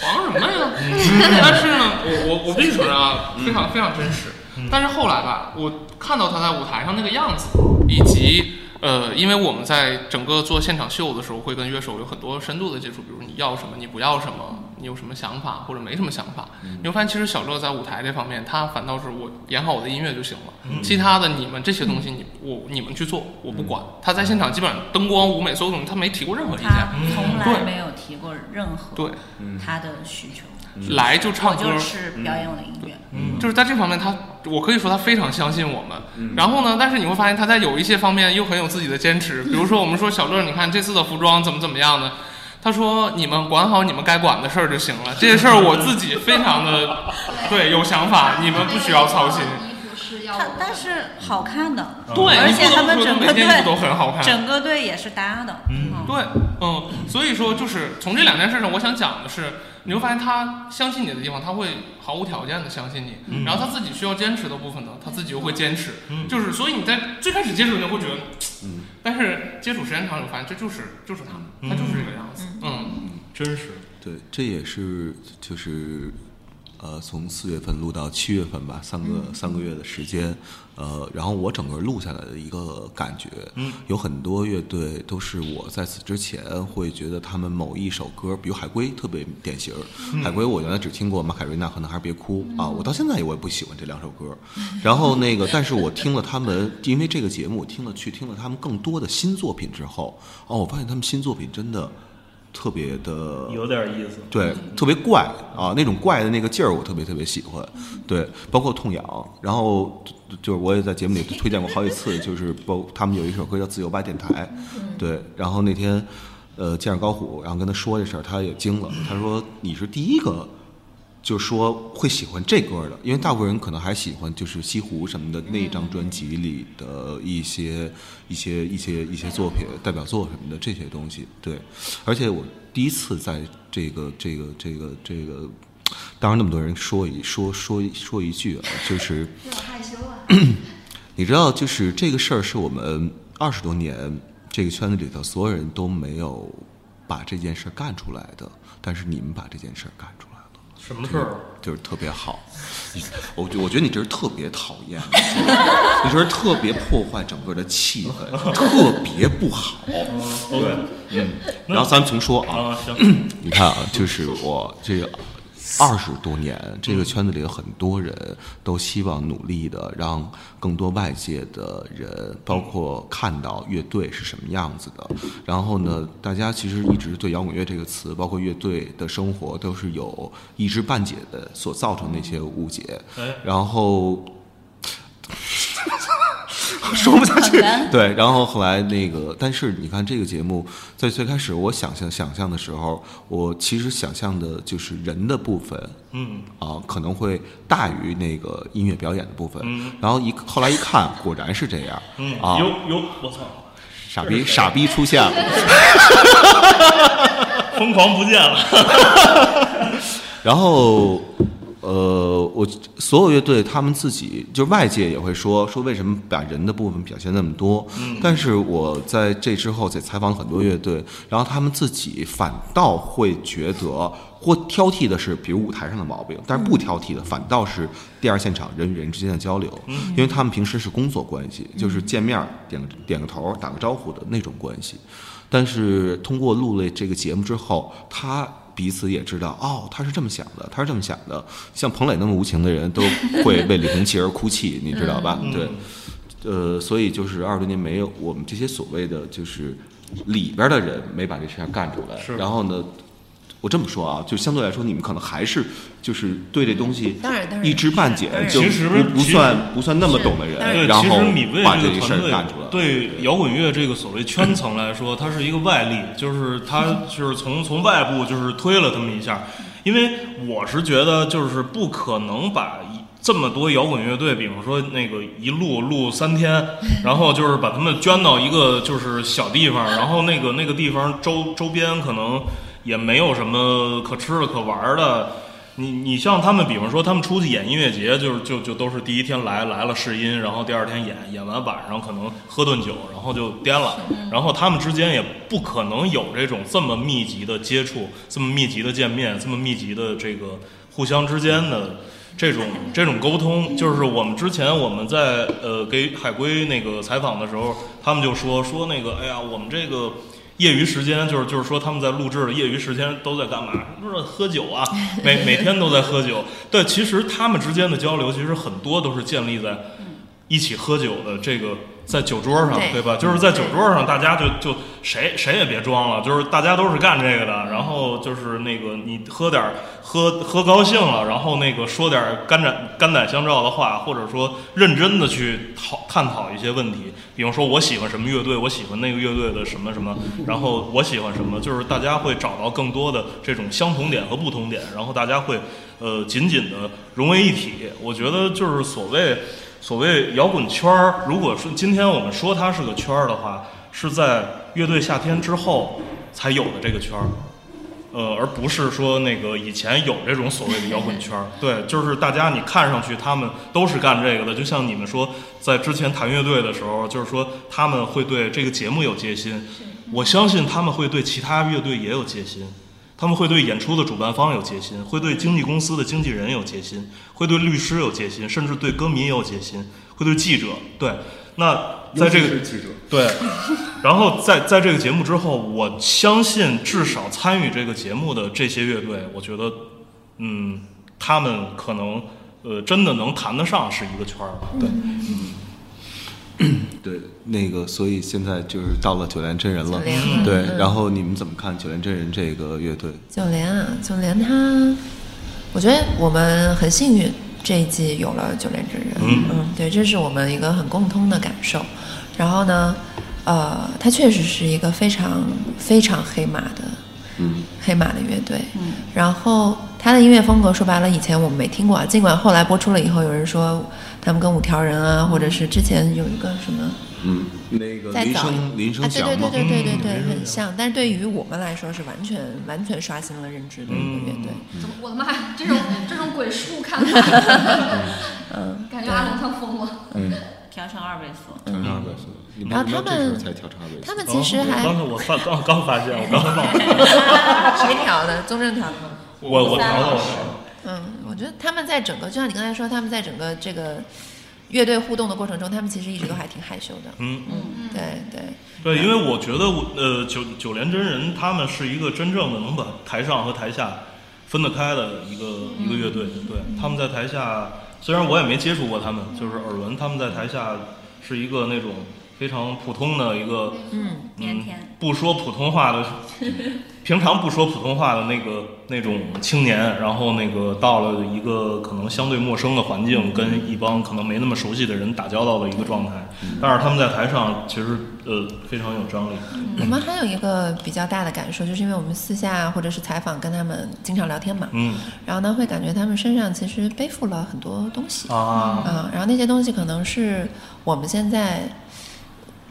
黄什么呀？ 但是呢，我我我必须承认啊，非常非常真实。但是后来吧，我看到他在舞台上那个样子，以及呃，因为我们在整个做现场秀的时候，会跟乐手有很多深度的接触，比如你要什么，你不要什么，你有什么想法或者没什么想法。你会发现，其实小乐在舞台这方面，他反倒是我演好我的音乐就行了，其他的你们这些东西你我你们去做，我不管。他在现场基本上灯光、舞美所有东西，他没提过任何意见他。从来对没有提过任何对，他的需求，来就我唱歌，就是表演我的音乐。就是在这方面他，我可以说他非常相信我们。嗯然后呢，但是你会发现他在有一些方面又很有自己的坚持，比如说我们说小乐，你看这次的服装怎么怎么样呢？他说：“你们管好你们该管的事儿就行 了，这些事儿我自己非常的对有想法，你们不需要操心。衣服是要他但是好看的，对，而嗯你且不他得们不说整每个件衣服都队很好看，整个队也是搭的，嗯，对，嗯，所以说就是从这两件事上，我想讲的是，你会发现他相信你的地方，他会毫无条件的相信你，嗯然后他自己需要坚持的部分呢，他自己又会坚持，就是所以你在最开始接触你就会觉得，嗯嗯但是接触时间长了，你会发现这就是就是他，他就是这个样子，嗯，真实，对，这也是就是呃，从四月份录到七月份吧，三个、三个月的时间，呃，然后我整个录下来的一个感觉，嗯，有很多乐队都是我在此之前会觉得他们某一首歌，比如海龟特别典型儿，海龟我原来只听过马凯瑞娜和男孩别哭、啊，我到现在我也不喜欢这两首歌，然后那个，但是我听了他们，因为这个节目我听了去听了他们更多的新作品之后，哦，我发现他们新作品真的。特别的有点意思。对，特别怪啊，那种怪的那个劲儿，我特别特别喜欢。对，包括痛痒，然后就就是我也在节目里推荐过好几次，就是包他们有一首歌叫《自由吧电台》，对，然后那天呃见着高虎，然后跟他说这事儿，他也惊了，他说你是第一个。就说会喜欢这歌的，因为大部分人可能还喜欢就是西湖什么的那张专辑里的一些、一些一些一些作品、代表作什么的这些东西。对，而且我第一次在这个这个这个这个，当然那么多人说一说说一说一句啊，就是 你知道，就是这个事儿是我们二十多年这个圈子里头所有人都没有把这件事儿干出来的，但是你们把这件事儿干出来了。什么事儿？啊就是特别好。 我觉我觉得你这是特别讨厌，你这是特别破坏整个的气氛，特别不好。对，嗯。然后咱们重说啊，啊，行，你看啊，就是我这个二十多年，这个圈子里的很多人都希望努力的让更多外界的人，包括看到乐队是什么样子的。然后呢，大家其实一直对摇滚乐这个词，包括乐队的生活，都是有一知半解的所造成的一些误解。哎，然后 说不下去很难。对，然后后来那个，但是你看这个节目，在最开始我想象想象的时候，我其实想象的就是人的部分，嗯，啊，可能会大于那个音乐表演的部分。然后一后来一看，果然是这样。嗯，啊，有有，我操，傻逼傻逼出现了。疯狂不见了。然后，呃，我所有乐队他们自己，就是外界也会说说为什么把人的部分表现那么多。但是我在这之后在采访了很多乐队，然后他们自己反倒会觉得或挑剔的是，比如舞台上的毛病，但是不挑剔的反倒是第二现场人与人之间的交流，因为他们平时是工作关系，就是见面儿点个点个头儿打个招呼的那种关系。但是通过录了这个节目之后，他彼此也知道，哦，他是这么想的，他是这么想的。像彭磊那么无情的人，都会为李红旗而哭泣，你知道吧？嗯对，呃，所以就是二十多年没有我们这些所谓的就是里边的人没把这事儿干出来，然后呢？我这么说啊，就相对来说，你们可能还是就是对这东西当然当然一知半解当，然就其实不不其实算不算那么懂的人，对，然其后实米未把这这个事团儿队干出来。对摇滚乐这个所谓圈层来说，它是一个外力，就是它就是从从外部就是推了这么一下。因为我是觉得，就是不可能把一这么多摇滚乐队，比方说那个一录录三天，然后就是把他们捐到一个就是小地方，然后那个那个地方周周边可能也没有什么可吃的可玩儿的。你你像他们，比方说他们出去演音乐节，就是就就都是第一天来来了试音，然后第二天演，演完晚上可能喝顿酒，然后就颠了。然后他们之间也不可能有这种这么密集的接触，这么密集的见面，这么密集的这个互相之间的这种这种沟通。就是我们之前我们在呃给海龟那个采访的时候，他们就说说那个哎呀，我们这个。业余时间就是就是说他们在录制的业余时间都在干嘛？就是喝酒啊，每每天都在喝酒。对，其实他们之间的交流，其实很多都是建立在一起喝酒的这个在酒桌上，对对吧？就是在酒桌上，大家就就谁谁也别装了，就是大家都是干这个的。然后就是那个你喝点儿喝喝高兴了，然后那个说点儿肝胆肝胆相照的话，或者说认真的去讨探讨一些问题，比方说我喜欢什么乐队，我喜欢那个乐队的什么什么，然后我喜欢什么，就是大家会找到更多的这种相同点和不同点，然后大家会呃紧紧的融为一体。我觉得就是所谓。所谓摇滚圈儿，如果说今天我们说它是个圈儿的话，是在乐队夏天之后才有的这个圈儿，呃，而不是说那个以前有这种所谓的摇滚圈儿。对，就是大家你看上去他们都是干这个的，就像你们说在之前谈乐队的时候，就是说他们会对这个节目有戒心，我相信他们会对其他乐队也有戒心。他们会对演出的主办方有戒心，会对经纪公司的经纪人有戒心，会对律师有戒心，甚至对歌迷也有戒心，会对记者。对，那在这个对，然后在在这个节目之后，我相信至少参与这个节目的这些乐队，我觉得，嗯，他们可能呃真的能谈得上是一个圈儿吧。对，嗯对，那个，所以现在就是到了九连真人了九连嗯了，对。然后你们怎么看九连真人这个乐队？九连啊，九连他，我觉得我们很幸运，这一季有了九连之人。嗯对，这是我们一个很共通的感受。然后呢，呃，他确实是一个非常非常黑马的，嗯，黑马的乐队。嗯，然后他的音乐风格说白了，以前我们没听过啊，尽管后来播出了以后，有人说他们跟五条人啊，或者是之前有一个什么。嗯，那个再林早呃声林啊，声对祥对吗？对对对嗯对对，没很像。但是对于我们来说是完全完全刷新了认知的一个乐嗯队。怎么我的妈呀，这种这种鬼畜看法，感觉阿龙他疯了。嗯，调成二位数，调查二倍速，你然后他你这时候们才调查二倍速，他们其哦实我哦还刚才我发刚刚发现，我刚刚 忘了，谁哦调的？宗正调的吗？我我调了我调了。嗯，我觉得他们在整个，就像你刚才说，他们在整个这个乐队互动的过程中，他们其实一直都还挺害羞的。嗯，嗯，对对。对，因为我觉得我呃九九连真人他们是一个真正的能把台上和台下分得开的一个、一个乐队。对，他们在台下虽然我也没接触过他们，就是耳闻他们在台下是一个那种非常普通的一个嗯嗯腼腆不说普通话的 平常不说普通话的那个那种青年，然后那个到了一个可能相对陌生的环境，跟一帮可能没那么熟悉的人打交道的一个状态，但是他们在台上其实呃非常有张力。我们还有一个比较大的感受，就是因为我们私下或者是采访跟他们经常聊天嘛，嗯然后呢会感觉他们身上其实背负了很多东西，啊，嗯，然后那些东西可能是我们现在，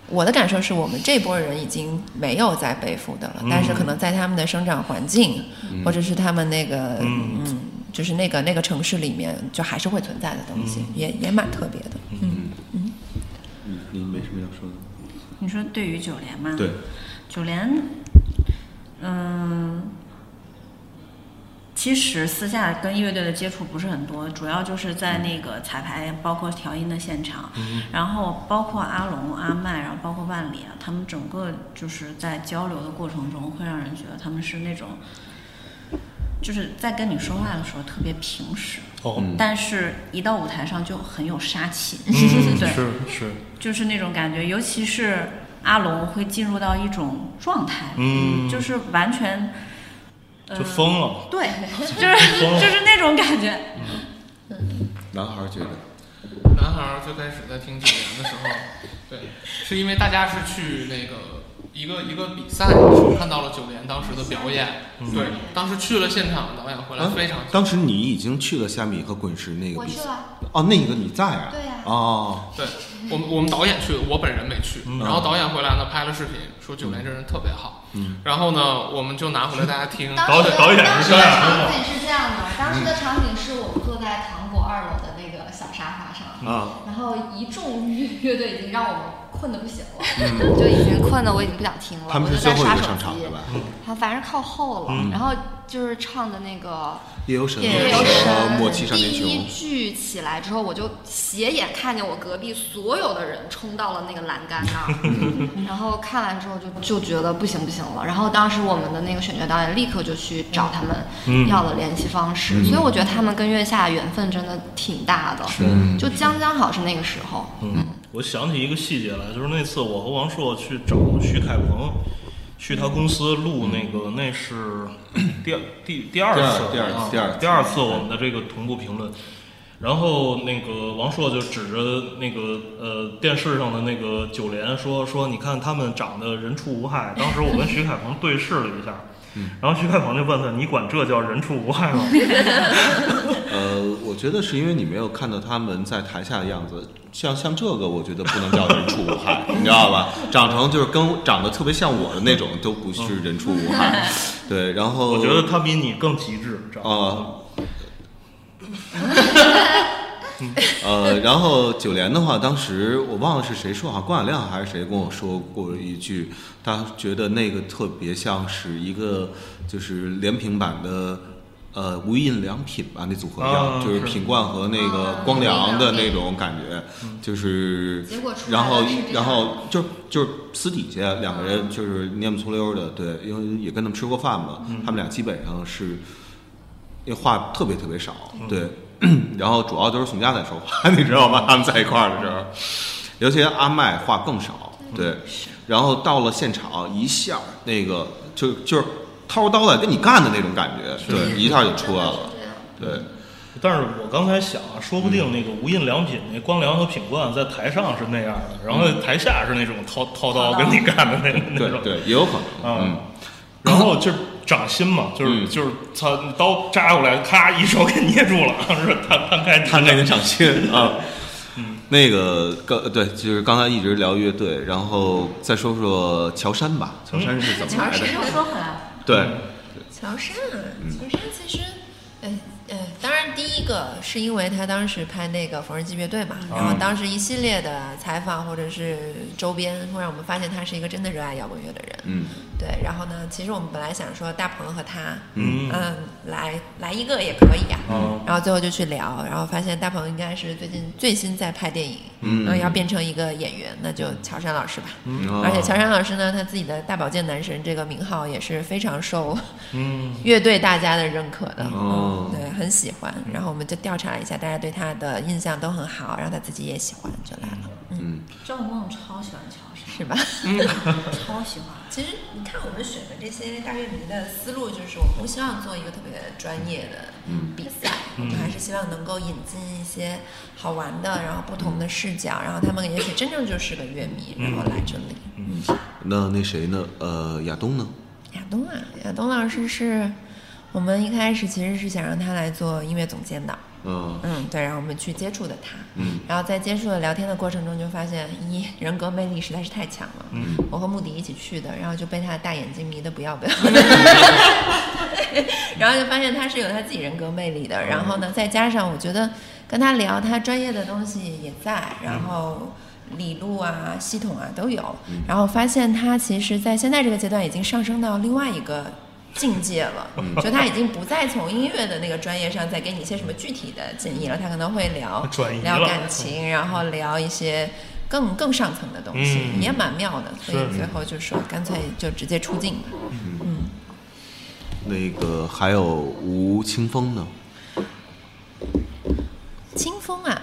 我的感受是我们这波人已经没有在背负的了，但是可能在他们的生长环境，或者是他们那个嗯嗯就是那个那个城市里面，就还是会存在的东西，也也蛮特别的。嗯，你你没什么要说的？你说对于九连吗？对，九连，嗯，其实私下跟乐队的接触不是很多，主要就是在那个彩排，包括调音的现场，然后包括阿龙、阿麦，然后包括万里啊，他们整个就是在交流的过程中，会让人觉得他们是那种，就是在跟你说话的时候特别平实，哦，但是一到舞台上就很有杀气，嗯， 对，是是，就是那种感觉，尤其是阿龙会进入到一种状态，嗯就是完全，呃就疯了，对， 就是疯了就是那种感觉，男孩儿觉得男孩儿最开始在听九连的时候，对，是因为大家是去那个一个一个比赛的时候看到了九连当时的表演，嗯对，当时去了现场，导演回来啊非常。当时你已经去了虾米和滚石那个我比去赛，了，哦，那个你在啊？对呀哦，对我们，我们导演去，我本人没去嗯。然后导演回来呢，拍了视频，说九连这人特别好。嗯然后呢，我们就拿回来大家听。当导时演导演当是时的这样啊场景是这样的，当嗯时的场景是我们坐在糖果二楼的那个小沙发嗯上，啊，然后一众乐乐队已经让我们困得不行了，就已经困得我已经不想嗯听了，嗯他们我是就最在后刷一个手上场机的吧？然后反正靠后了，嗯然后就是唱的那个夜游神，夜夜呃游游神和默契少年嗯第一穷，句起来之后，我就斜眼看见我隔壁所有的人冲到了那个栏杆那 儿，然后看完之后就就觉得不行不行了。然后当时我们的那个选角导演立刻就去找他嗯们要了联系方式，所以我觉得他们跟月下缘分真的挺大的。就将将好是那个时候，嗯，我想起一个细节来，就是那次我和王朔去找徐凯鹏，去他公司录那个，那是 第二第第二次，第二啊第二第二次我们的这个同步评论。然后那个王朔就指着那个呃电视上的那个九连说说，你看他们长得人畜无害。当时我跟徐凯鹏对视了一下，嗯然后徐凯鹏就问他，你管这叫人畜无害 吗？呃，我觉得是因为你没有看到他们在台下的样子，像像这个，我觉得不能叫人畜无害， 你知道吧？长成就是跟长得特别像我的那种，都不是人畜无嗯害。 对，然后我觉得他比你更极致，知道吗？啊。呃，然后九连的话，当时我忘了是谁说啊，关雅亮还是谁跟我说过一句，他觉得那个特别像是一个就是连屏版的呃无印良品吧，那组合叫、啊就是是品冠和那个啊光良的无印良那品种感觉，嗯就是结果出来然后的嗯是这然样后就就是私底下两个人就是蔫不粗溜儿的，对，因为也跟他们吃过饭嘛，嗯他们俩基本上是因为话特别特别少，嗯对， 然后主要都是宋佳在说话， 你知道吗？他们在一块儿的时候，尤其阿麦话更少，嗯对，然后到了现场一下儿那个就就是掏刀来跟你干的那种感觉，对，一下就出来了，对，但是我刚才想啊，说不嗯定那个无印良品那光良和品冠在台上是那样的，然后台下是那种掏掏刀跟你干 的那那嗯对种，对，也有可能，啊嗯。，然后就是掌心嘛，就是嗯就是操刀扎过来，咔一手给捏住了， 是吧摊摊 开摊开你的掌心啊。嗯那个刚对，就是刚才一直聊乐队，然后再说说乔杉吧。嗯乔杉是怎么来的？又说回来了。对，乔杉啊，乔杉其实，呃呃，当然第一个是因为他当时拍那个《缝纫机乐队》嘛，然后当时一系列的采访或者是周边，会让我们发现他是一个真的热爱摇滚乐的人。嗯对，然后呢，其实我们本来想说大鹏和他，嗯嗯，来来一个也可以啊。嗯然后最后就去聊，然后发现大鹏应该是最近最新在拍电影，嗯然后要变成一个演员，那就乔杉老师吧。嗯哦嗯而且乔杉老师呢，他自己的大保健男神这个名号也是非常受嗯乐队大家的认可的，哦嗯，对，很喜欢。然后我们就调查了一下，大家对他的印象都很好，然后他自己也喜欢，就来了，嗯，赵梦超喜欢乔杉，是吧？超喜欢。其其实你看我们选的这些大乐迷的思路，就是我们不希望做一个特别专业的比赛，我们还是希望能够引进一些好玩的，然后不同的视角，然后他们也许真正就是个乐迷，然后来这里。那那谁呢？呃，亚东呢？亚东啊，亚东老师是我们一开始其实是想让他来做音乐总监的，嗯嗯，对，然后我们去接触的他，然后在接触的聊天的过程中，就发现一人格魅力实在是太强了，嗯，我和穆迪一起去的，然后就被他的大眼睛迷得不要不要，然后就发现他是有他自己人格魅力的，然后呢，再加上我觉得跟他聊他专业的东西也在，嗯然后。理路啊、系统啊都有，然后发现他其实，在现在这个阶段已经上升到另外一个境界了，嗯就他已经不再从音乐的那个专业上再给你一些什么具体的建议了，他可能会聊转移聊了感情，然后聊一些更更上层的东西，嗯也蛮妙的。所以是最后就说，干脆就直接出镜吧。那个还有吴青峰呢？清风啊，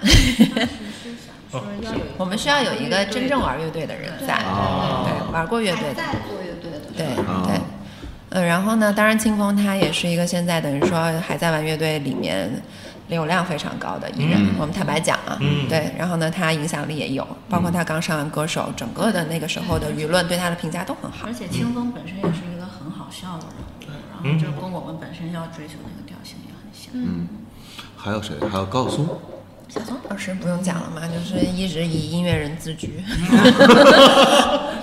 说要有一个我们需要有一个真正玩乐队的人在，对，玩过乐队还的。在做乐队的，对啊对，呃，然后呢，当然清风他也是一个现在等于说还在玩乐队里面流量非常高的艺人，我们坦白讲啊，对，然后呢，他影响力也有，包括他刚上完歌手，整个的那个时候的舆论对他的评价都很好而。且清风本身也是一个很好笑的人物，然后就跟我们本身要追求那个调性也很像。还有谁？还有高晓松。小松老师不用讲了嘛，就是一直以音乐人自 居，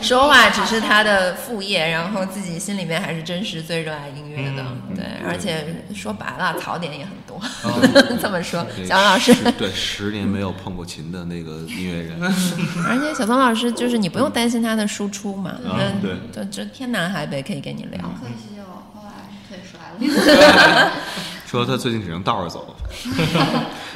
说话只是他的副业，然后自己心里面还是真实最热爱音乐的，嗯对，而且说白了槽点也很多， 这么说，小老师。十哦对十年没有碰过琴的那个音乐人， 而且小松老师就是你不用担心他的输出嘛，嗯那对这这天南海北可以跟你聊。可惜我后来是腿摔了。说他最近只能倒着 走。那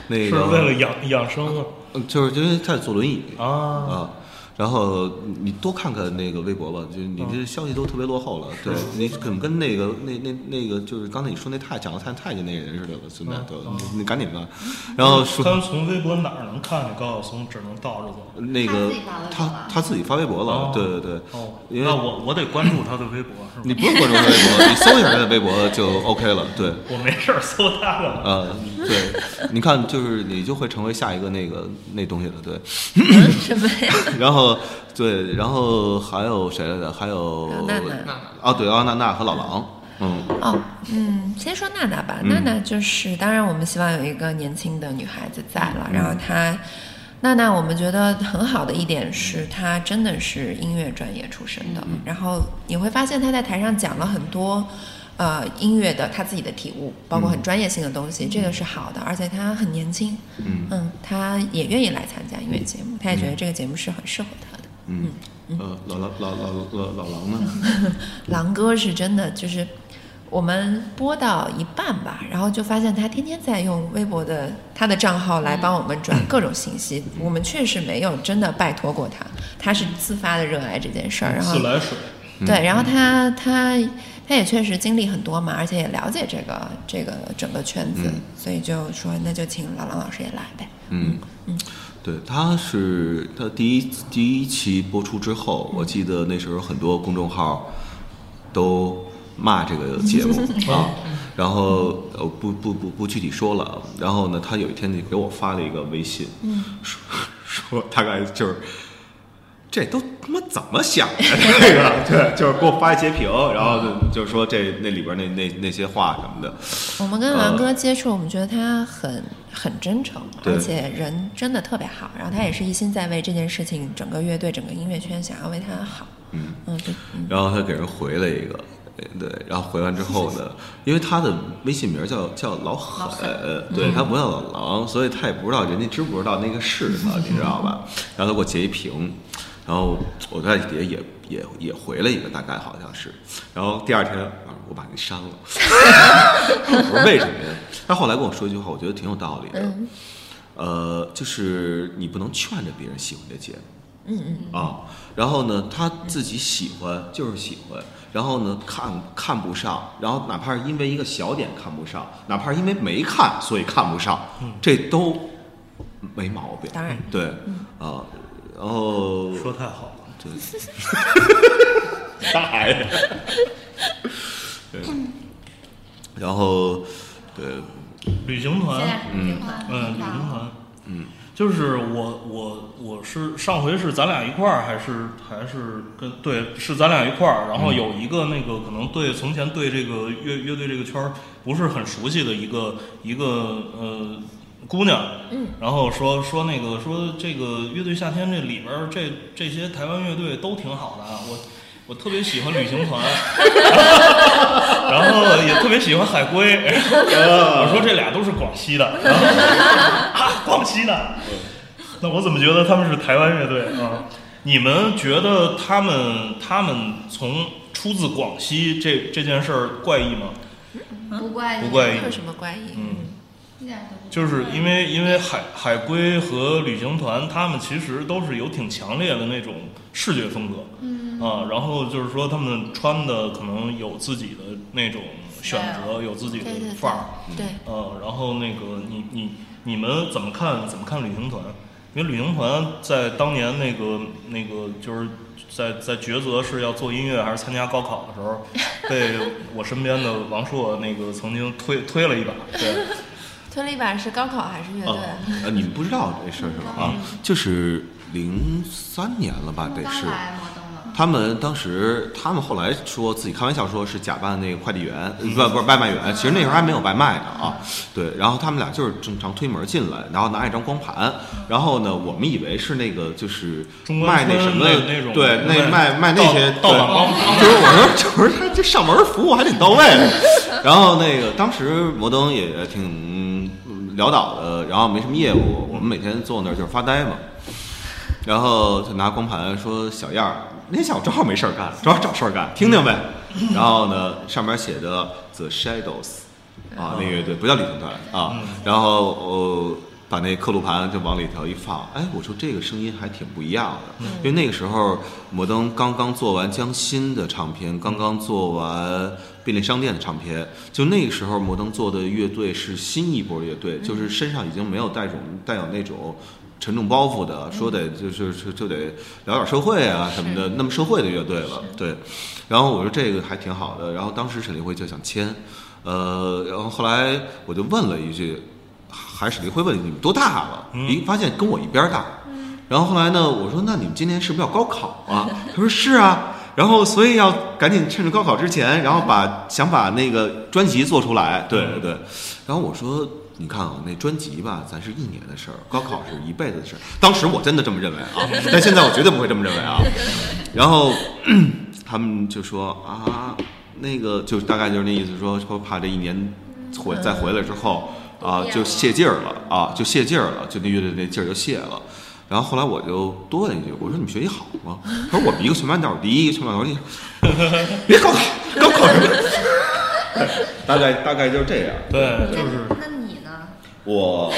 是为了个养养生呃就是因为他得坐轮椅啊啊，啊。然后你多看看那个微博吧，就是你嗯这消息都特别落后了。对，你可能跟那个那那那个就是刚才你说那太讲的太太监那人似的，现在嗯对，你你赶紧吧。然后说他们从微博哪儿能看见高晓松只能倒着走？那个他他自己发微博了哦，对对对，哦，因为那我我得关注他的微博是吧？你不用关注他微博，你搜一下他的微博就 OK 了，对。我没事儿搜 他干嘛？呃，对，你看，就是你就会成为下一个那个那东西了，对。嗯 什么呀？然后对，然后还有谁来着？还有还有娜娜啊，对，奥娜娜和老狼，嗯哦，嗯，先说娜娜吧。娜娜就是，当然我们希望有一个年轻的女孩子在了，然后她。娜娜，我们觉得很好的一点是，她真的是音乐专业出身的。然后你会发现她在台上讲了很多，呃，音乐的她自己的体悟，包括很专业性的东西，这个是好的。而且她很年轻，嗯嗯，她也愿意来参加音乐节目，她也觉得这个节目是很适合她的。嗯，呃，老老老老老老狼呢？ 狼哥是真的，就是我们播到一半吧，然后就发现他天天在用微博的他的账号来帮我们转各种信息，我们确实没有真的拜托过他，他是自发的热爱这件事儿，然后自来嗯水，对，然后他他他也确实经历很多嘛，而且也了解这个这个整个圈子，嗯所以就说那就请老狼老师也来呗，嗯，对，他是他第一第一期播出之后，我记得那时候很多公众号都骂这个节目啊，然后呃不不不不具体说了啊，然后呢，他有一天就给我发了一个微信， 说说大概就是。这都他妈怎么想的？这个对，就是给我发一截屏，然后就就是说这那里边那那那些话什么的，我们跟呃狼啊哥接触，我们觉得他很很真诚，对而且人真的特别好。然后他也是一心在为这件事情、整个乐队、整个音乐圈想要为他好。嗯就嗯然后他给人回了一个，呃对，然后回完之后呢，因为他的微信名叫叫老狠，呃嗯对他不叫老狼，所以他也不知道人家知不知道那个是他，你知道吧？然后他给我截一屏，然后我在底下也也也回了一个，大概好像是，然后第二天啊我把你删了，我说 为什么呀？他后来跟我说一句话，我觉得挺有道理的，嗯呃，就是你不能劝着别人喜欢这节目。嗯啊，然后呢，他自己喜欢就是喜欢，然后呢看看不上，然后哪怕是因为一个小点看不上，哪怕是因为没看所以看不上，这都没毛病。当然嗯对，啊，然后说太好了。对，大呀。 对，然后对，旅行团现，在 是旅行团，嗯，旅行团，嗯，就是我我我是上回是咱俩一块儿，还是还是跟对是咱俩一块儿，然后有一个那个可能对从前对这个乐乐队这个圈儿不是很熟悉的一个一个呃姑娘，嗯，然后说说那个说这个乐队夏天这里边儿这这些台湾乐队都挺好的啊，我我特别喜欢旅行 团，然后也特别喜欢海龟，我说这俩都是广西的，然后 啊，广西的，那我怎么觉得他们是台湾乐队啊？你们觉得他们他们从出自广西这这件事儿怪异吗？不怪嗯不怪异有什么怪异？嗯，一点都不怪异就是因为因为海海龟和旅行团，他们其实都是有挺强烈的那种视觉风格，嗯啊，然后就是说他们穿的可能有自己的那种选择，有自己对的对对范儿，对，呃，然后那个你你你们怎么看怎么看旅行团？因为旅行团在当年那个那个就是在在抉择是要做音乐还是参加高考的时候， 被我身边的王硕那个曾经推推了 一把，对，推了一把是高考还是乐队？啊，哦呃，你们不知道这事儿是吧？啊，就是零三年了吧，得刚是。来摩登嘛，他们当时，他们后来说自己开玩笑说是假扮那个快递员，嗯呃不不是外卖员，其实那时候还没有外卖呢啊。对，然后他们俩就是正常推门进来，然后拿一张光盘，然后呢，我们以为是那个就是中关卖村那什么那那种对，那卖卖那些盗对盗版光盘就是我说，就是他这上门服务还挺到位。然后那个当时摩登也挺嗯潦倒的，然后没什么业务，我们每天坐那儿就是发呆嘛。然后他拿光盘说：“小样儿，那天下午正好没事儿干，正好找事儿干，听听呗。”然后呢，上面写着 The Shadows，啊，那乐队不叫旅行团啊。然后我、把那刻录盘就往里头一放，哎，我说这个声音还挺不一样的，因为那个时候摩登刚刚做完江心的唱片，刚刚做完便利商店的唱片，就那个时候摩登做的乐队是新一波乐队，就是身上已经没有带种带有那种。沉重包袱的，说得就是就就得聊点社会啊什么的，那么社会的乐队了，对。然后我说这个还挺好的，然后当时沈立辉就想签，呃，然后后来我就问了一句，还是沈立辉问了一句你们多大了？一发现跟我一边儿大。然后后来呢，我说那你们今年是不是要高考啊？他说是啊。然后所以要赶紧趁着高考之前，然后把想把那个专辑做出来，对对对。然后我说。你看啊，那专辑吧，咱是一年的事儿，高考是一辈子的事儿。当时我真的这么认为啊，但现在我绝对不会这么认为啊。然后 他们就说啊，那个就大概就是那意思说，说怕这一年回再回来之后啊，就泄劲儿了啊，就泄劲儿了，就那乐队那劲儿就泄了。然后后来我就多问一句，我说你们学习好吗？他说我们一个全班倒数第一，全班倒数第二。别高考，高考什么？大概大概就是这样。对，就是那你呢？我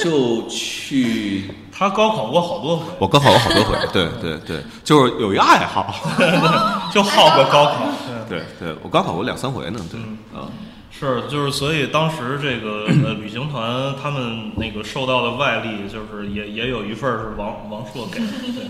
就去，他高考过好多回，我高考过好多回，对对对，就是有一爱好，就好过高考，对。 对对，我高考过两三回呢，对嗯啊。是，就是所以当时这个呃旅行团他们那个受到的外力，就是也也有一份儿是王王朔给的， 对，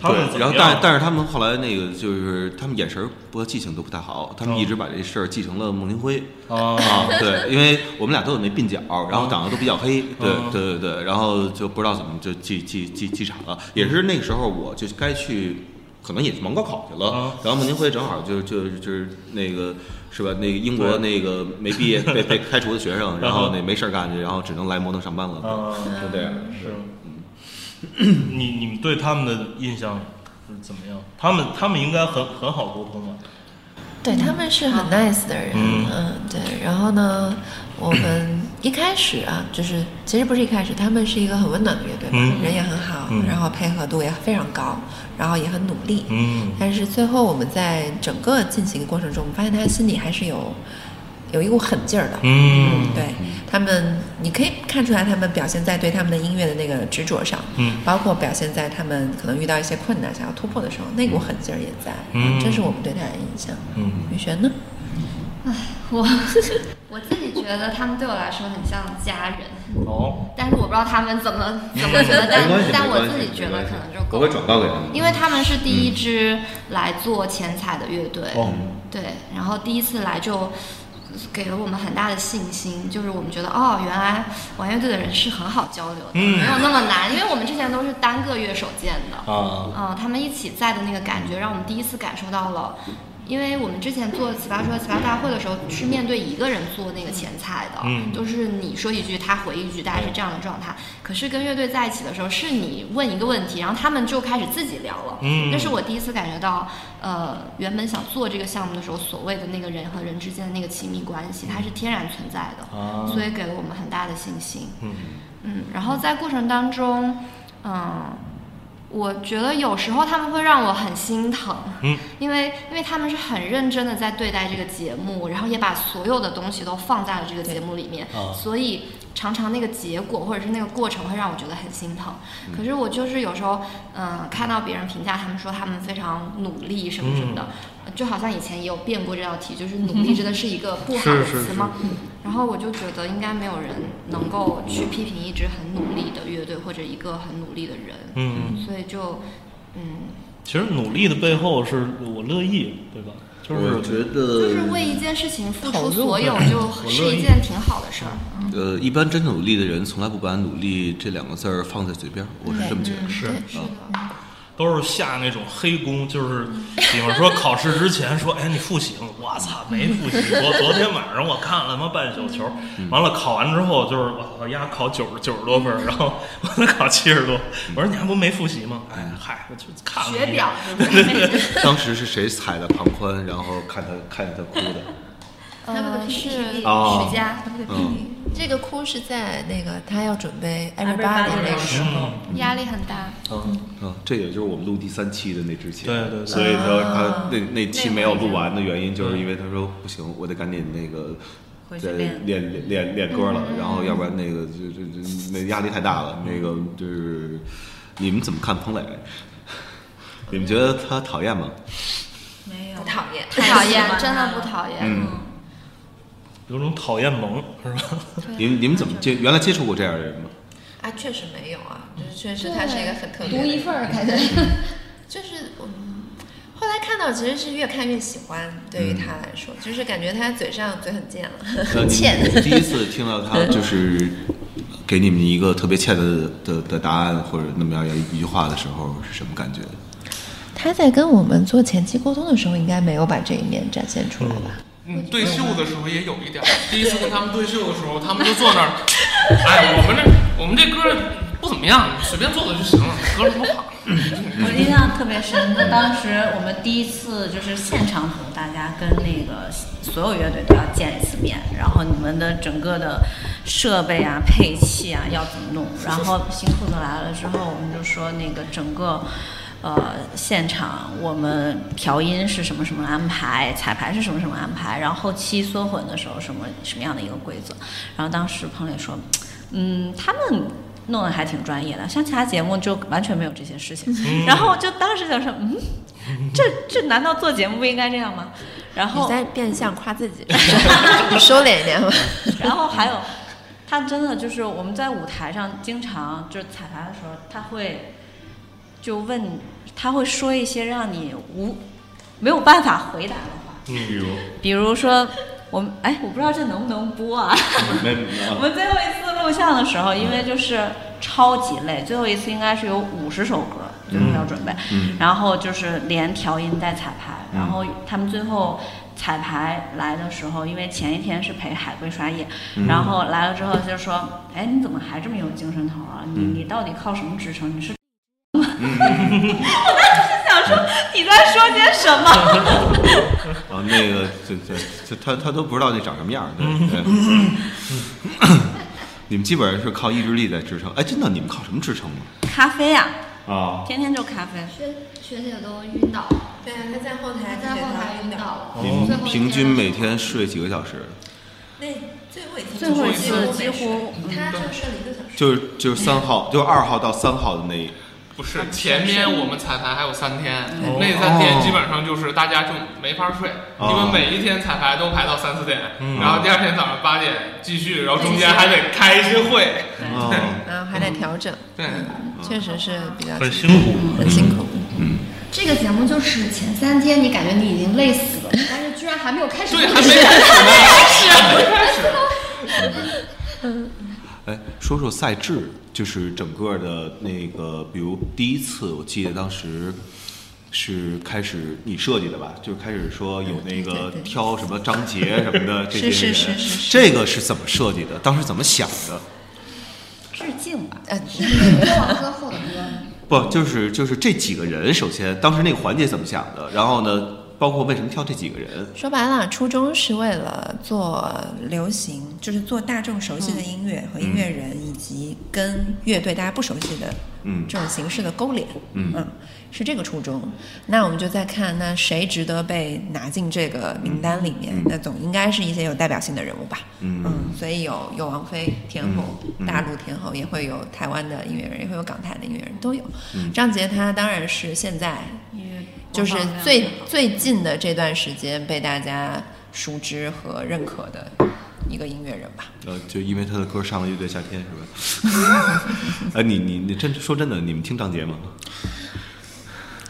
他们对，怎然么后但样啊但是他们后来那个就是他们眼神儿不和记性都不太好，他们哦一直把这事儿继承了孟京辉。啊啊，对，因为我们俩都有那鬓角，然后长得都比较黑，对嗯对对对，然后就不知道怎么就记记记记岔了，也是那个时候我就该去，可能也是忙高考去嗯了，然后孟京辉正好就就就是那个是吧？那个英国对嗯那个没毕业被被开除的学生，然后那没事儿干去，然后只能来摩登上班了，啊就这样。是，嗯你你们对他们的印象是怎么样？他们他们应该很很好沟通吧？啊对，他们是很 nice 的人，嗯嗯对。然后呢，我们一开始啊，就是其实不是一开始，他们是一个很温暖的乐队嘛，嗯人也很好，嗯然后配合度也非常高，然后也很努力，嗯但是最后我们在整个进行的过程中，我们发现他心里还是有有一股狠劲儿的，嗯对他们，你可以看出来他们表现在对他们的音乐的那个执着上，嗯包括表现在他们可能遇到一些困难想要突破的时候，那股狠劲儿也在，嗯这是我们对他的印象。嗯雨璇呢？我我 我自己觉得他们对我来说很像家人，哦，但是我不知道他们怎么怎么觉得，呃但没关系但没我关自系己觉没得关可系能就我够会了，转嗯告给他们。因为他们是第一支来做前彩的乐队，哦对，然后第一次来就给了我们很大的信心，就是我们觉得哦，原来玩乐队的人是很好交流的，嗯没有那么难，因为我们之前都是单个乐手见哦的，啊，嗯，他们一起在的那个感觉，让我们第一次感受到了，因为我们之前做奇葩说、奇葩大会的时候，是面对一个人做那个前菜的，嗯都是你说一句，他回一句，大家是这样的状态。可是跟乐队在一起的时候，是你问一个问题，然后他们就开始自己聊了，嗯那是我第一次感觉到，呃，原本想做这个项目的时候，所谓的那个人和人之间的那个亲密关系，它是天然存在的，啊所以给了我们很大的信心。嗯嗯，然后在过程当中，嗯，我觉得有时候他们会让我很心疼，嗯，因为因为他们是很认真的在对待这个节目，然后也把所有的东西都放在了这个节目里面，啊所以常常那个结果或者是那个过程会让我觉得很心疼。嗯可是我就是有时候，嗯、看到别人评价他们说他们非常努力什么什么的，嗯就好像以前也有辩过这道题，就是努力真的是一个不好的是是词吗？嗯然后我就觉得应该没有人能够去批评一支很努力的乐队或者一个很努力的人，嗯，所以就，嗯，其实努力的背后是我乐意，对吧？就我觉是就是得，为一件事情付投出入所有呗，就我是乐一意件挺好的事儿。嗯呃，一般真努力的人从来不把“努力”这两个字儿放在嘴边儿，我是这么觉得。是对是的，都是下那种黑工，就是比方说考试之前说，哎，你复习了？我操，没复习。我昨天晚上我看了他妈半宿球，嗯完了考完之后就是我操，丫考九十九十多分儿，然后 我才考七十多。我说你还不没复习吗？哎，嗨，我就看了一眼学表是不是？当时是谁踩了庞宽，然后看他看着他哭 的？呃呃，是是哦徐佳，E 嗯，这个哭是在那个他要准备 Everybody everybody 那个时候，压力很大。嗯，啊，这也就是我们录第三期的那之前，对对对所以说他啊那那期没有录完的原因，就是因为他说不行，我得赶紧那个。回去再练嗯练练练歌了，然后要不然那个就就就那压力太大了。那个就是你们怎么看彭磊？ 你们觉得他讨厌吗？没有不讨厌，不讨厌喜，欢真的他不了讨厌。嗯，有种讨厌萌是吧？啊你们你们怎么接原来接触过这样的人吗？啊，确实没有啊，就是确实他是一个很特别的人，儿感 觉。就是嗯，后来看到其实是越看越喜欢，对嗯于他来说，就是感觉他嘴上嘴很贱了， 呃，很你欠。们第一次听到 他就是给你们一个特别欠的的的答案，或者那么样一句话的时候是什么感觉？他在跟我们做前期沟通的时候，应该没有把这一面展现出来吧？嗯，对秀的时候也有一点儿。第一次跟他们对秀的时候，他们就坐那儿，哎，我们这我们这歌不怎么样，随便做做就行了，歌多好。我印象特别深的，当时我们第一次就是现场组，大家跟那个所有乐队都要见一次面，然后你们的整个的设备啊、配器啊要怎么弄，然后新裤子来了之后，我们就说那个整个。呃，现场我们调音是什么什么安排，彩排是什么什么安排，然后后期缩混的时候什么什么样的一个规则，然后当时彭磊说，嗯，他们弄得还挺专业的，像其他节目就完全没有这些事情。然后就当时就说，嗯，这这难道做节目不应该这样吗？嗯然你后在变相夸自 己，哦收敛一点吧。然后还有，他真的就是我们在舞台上经常就是彩排的时候，他会就问，他会说一些让你无没有办法回答的话，比 如比如说我们哎，我不知道这能不能播啊。没没我们最后一次录像的时候，因为就是超级累，最后一次应该是有五十首歌，嗯就是要准备，然后就是连调音带彩排，嗯然后他们最后彩排来的时候，因为前一天是陪海龟刷夜，嗯然后来了之后就说，哎，你怎么还这么有精神头啊？你嗯你到底靠什么支撑？你是？ 我当时想说你在说些什么？啊，那个这这这他他都不知道那长什么样儿，对对。嗯 你们基本上是靠意志力在支撑，哎，真的，你们靠什么支撑呢？咖啡呀、啊，天天就咖啡。学学姐都晕倒， 对啊，他在后台在后台晕倒了。你哦最们后一平均天每天睡几个小时？那最后一次，最后一次几乎他就睡了一个小时。就是就是三号，就是二号到三号的那不是，前面我们彩排还有三天，哦那三天基本上就是大家就没法睡，哦因为每一天彩排都排到三四点，嗯然后第二天早上八点继续，然后中间还得开一些会，哦，然嗯后还得调整，嗯对，确实是比较嗯很辛苦。嗯很辛苦。这个节目就是前三天你感觉你已经累死了，但是居然还没有开始录对，制，还没开始呢，还没开始，哎，说说赛制，就是整个的那个，比如第一次，我记得当时是开始你设计的吧，就是开始说有那个对对对挑什么章节什么的这些是是人，是是是这个是怎么设计的？当时怎么想的？致敬吧，呃，歌王歌后的歌，不，就是就是这几个人，首先当时那个环节怎么想的，然后呢，包括为什么挑这几个人？说白了，初衷是为了做流行，就是做大众熟嗯悉的音乐和音乐人，以及跟乐队大家不熟悉的嗯这种形式的勾连。嗯是这个初衷。那我们就在看，那谁值得被拿进这个名单里面？嗯嗯那总应该是一些有代表性的人物吧。嗯所以有有王菲天后，嗯嗯大陆天后，也会有台湾的音乐人，也会有港台的音乐人，都有。张杰他当然是现在因为就是播放量最也好最近的这段时间被大家熟知和认可的一个音乐人吧。呃，就因为他的歌上了乐队夏天是 吧？呃，你你你真说真的，你们听张杰吗？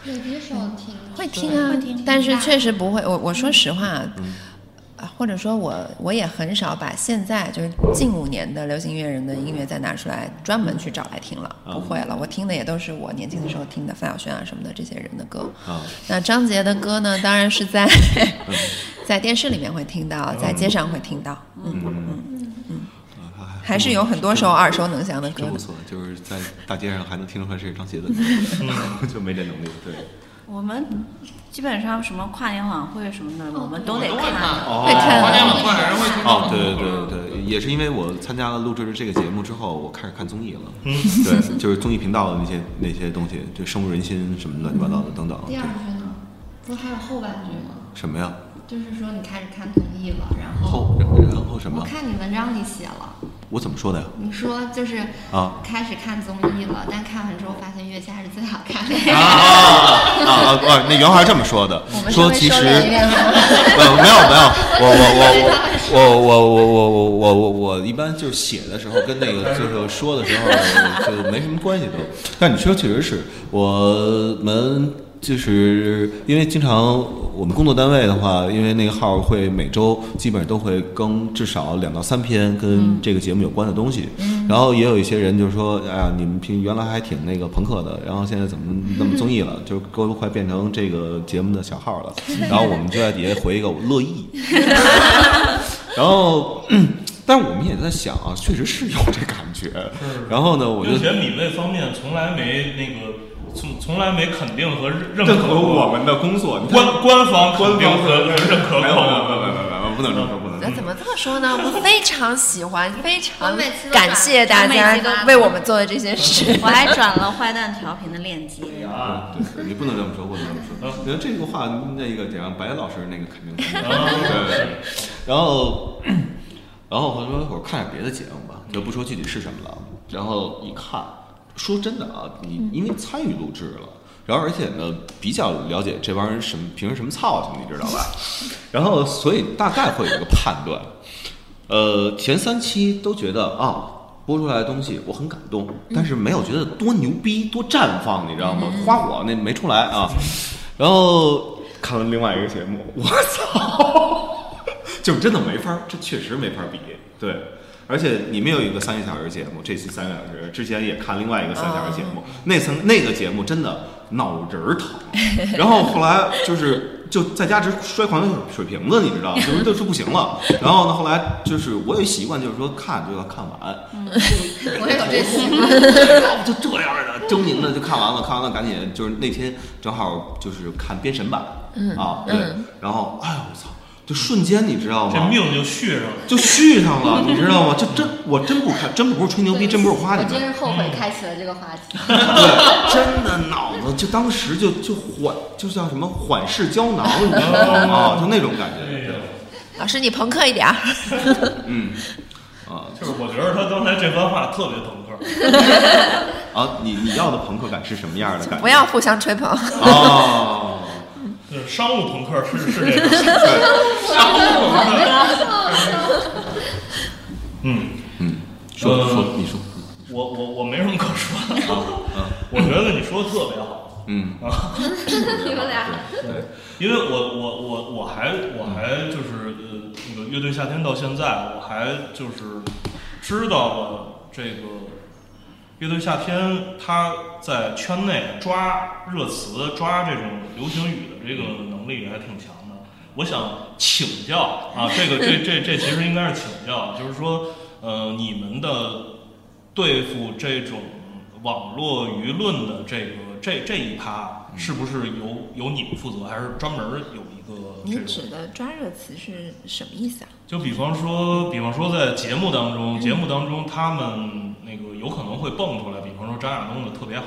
有几首听会听啊，嗯但是确实不会。我我说实话，啊，或者说我我也很少把现在就是近五年的流行音乐人的音乐再拿出来专门去找来听了，不会了。我听的也都是我年轻的时候听的范晓萱啊什么的这些人的歌。啊，那张杰的歌呢，当然是在嗯 在电视里面会听到，在街上会听到，嗯，嗯嗯，啊还是有很多首耳熟能详的歌真不的。错，就是在大街上还能听出来是张杰的，就没这能力。对，我们基本上什么跨年晚会什么的，我们都得都会看，看。会看跨年晚会还是会听到哦，很多对歌对对对，也是因为我参加了录制这个节目之后，我开始看综艺了。对，就是综艺频道的那些那些东西，就深入人心什么乱七八糟的等等。第对二句呢？不是还有后半句吗？什么呀？就是说你开始看综艺了，然后后然后什我么？看你文章里写了，我怎么说的呀？你说就是啊开始看综艺了，但看完之后发现月下是最好看的。啊啊啊！那原话是这么说的，嗯说其实，啊呃，没有没有，我我我我我我我我我我我一般就是写的时候跟那个就是说的时候就没什么关系都。但你说确实是我们。就是因为经常我们工作单位的话，因为那个号会每周基本上都会更至少两到三篇跟这个节目有关的东西，然后也有一些人就说，哎呀，你们平原来还挺那个朋克的，然后现在怎么那么综艺了，就都快变成这个节目的小号了，然后我们就在底下回一个我乐意，然后，但是我们也在想啊，确实是有这感觉。然后呢，我就并且米味方面从来没那个从从来没肯定和认认可可过我们的工作，你看官官方肯定和认可没有没有没过。有没有没有，不能这么说，不能这么那说。怎么这么说呢？我们非常喜欢，非常我每次都感谢大把家我每次都为我们做的这些事。嗯我还转了坏蛋调频的链接，啊，对，你不能这么说，不能这么说。那这个话，那个得让白老师那个肯定肯定。对，然后，然后我说我看点别的节目吧，就不说具体是什么了。然后一看，说真的啊，你因为参与录制了。然后，而且呢，比较了解这帮人什么平时什么操性，你知道吧？ 然后，所以大概会有一个判断。呃，前三期都觉得啊，播出来的东西我很感动，但是没有觉得多牛逼、多绽放，你知道吗？花火那没出来啊。然后看完另外一个节目，我操， 就是真的没法儿，这确实没法儿比。对，而且你们有一个三个小时节目，这期三个小时，之前也看另外一个三个小时节目，那层那个节目真的脑仁儿疼。 然后后来就是就在家直摔狂水瓶子，你知道，就是就是不行了。然后呢，后来就是我有一习惯，就是说看就要看完， 我也有这习惯。就这样的狰狞的就看完了，看完了赶紧就是那天正好就是看《编神版》啊，对，然后哎呦我操，就瞬间你知道吗？这命就续上了。就续上了，你知道吗？就真我真不看，真不是吹牛逼，真不是 夸你我们真，是后悔开启了这个话题。对，真的脑子就当时就就缓，就叫什么缓释胶囊，你知道吗？就那种感觉，哎呀对， 老师，你朋克一点 儿。嗯，啊，就是我觉得他刚才这番话特别朋克，啊，你你要的朋克感是什么样的感觉？不要互相吹捧。哦，对商务朋克是是这个，商务朋克嗯，说呃说你说，我我我没什么可 说的，啊我觉得你说的特别好，嗯你们俩对，因为我我我我还我还就是呃那个乐队夏天到现在，我还就是知道了这个乐队夏天他在圈内抓热词、抓这种流行语的这个能力还挺强的。我想请教啊，这个这这这其实应该是请教，就是说呃你们的对付这种网络舆论的这个这这一趴，是不是由由你们负责，还是专门有一个这你种？指的抓热词是什么意思啊？就比方说，比方说在节目当嗯中，节目当中他们那个有可能会蹦出来，比方说张亚东的特别好，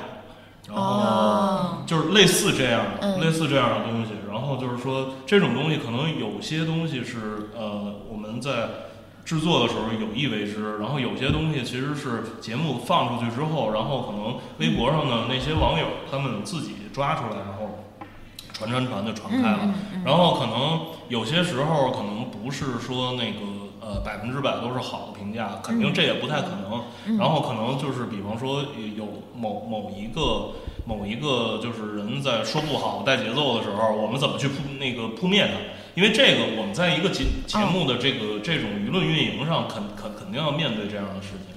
然后哦，就是类似这样的、嗯类似这样的东西，然后就是说这种东西可能有些东西是呃我们在制作的时候有意为之，然后有些东西其实是节目放出去之后，然后可能微博上的那些网友他们自己抓出来，然后传传传就传开嗯了。然后可能有些时候可能不是说那个呃百分之百都是好的评价，肯定这也不太可能。然后可能就是比方说有某某一个某一个就是人在说不好带节奏的时候，我们怎么去扑那个扑灭它？因为这个我们在一个节节目的这个这种舆论运营上，肯肯肯定要面对这样的事情。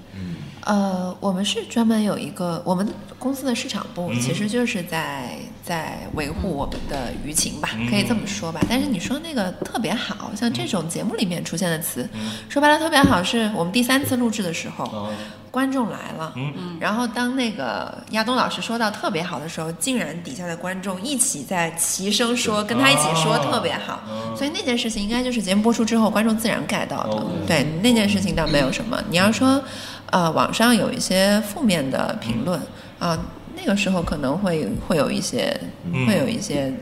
呃，我们是专门有一个我们公司的市场部，嗯其实就是在在维护我们的舆情吧，嗯可以这么说吧。但是你说那个特别好，像这种节目里面出现的词，嗯说白了特别好，是我们第三次录制的时候，啊，观众来了，嗯然后当那个亚东老师说到特别好的时候，竟然底下的观众一起在齐声说，跟他一起说啊特别好，嗯所以那件事情应该就是节目播出之后观众自然 get 到的。哦对那件事情倒没有什么。你要说，呃，网上有一些负面的评论啊、那个时候可能会会有一些、嗯会有一些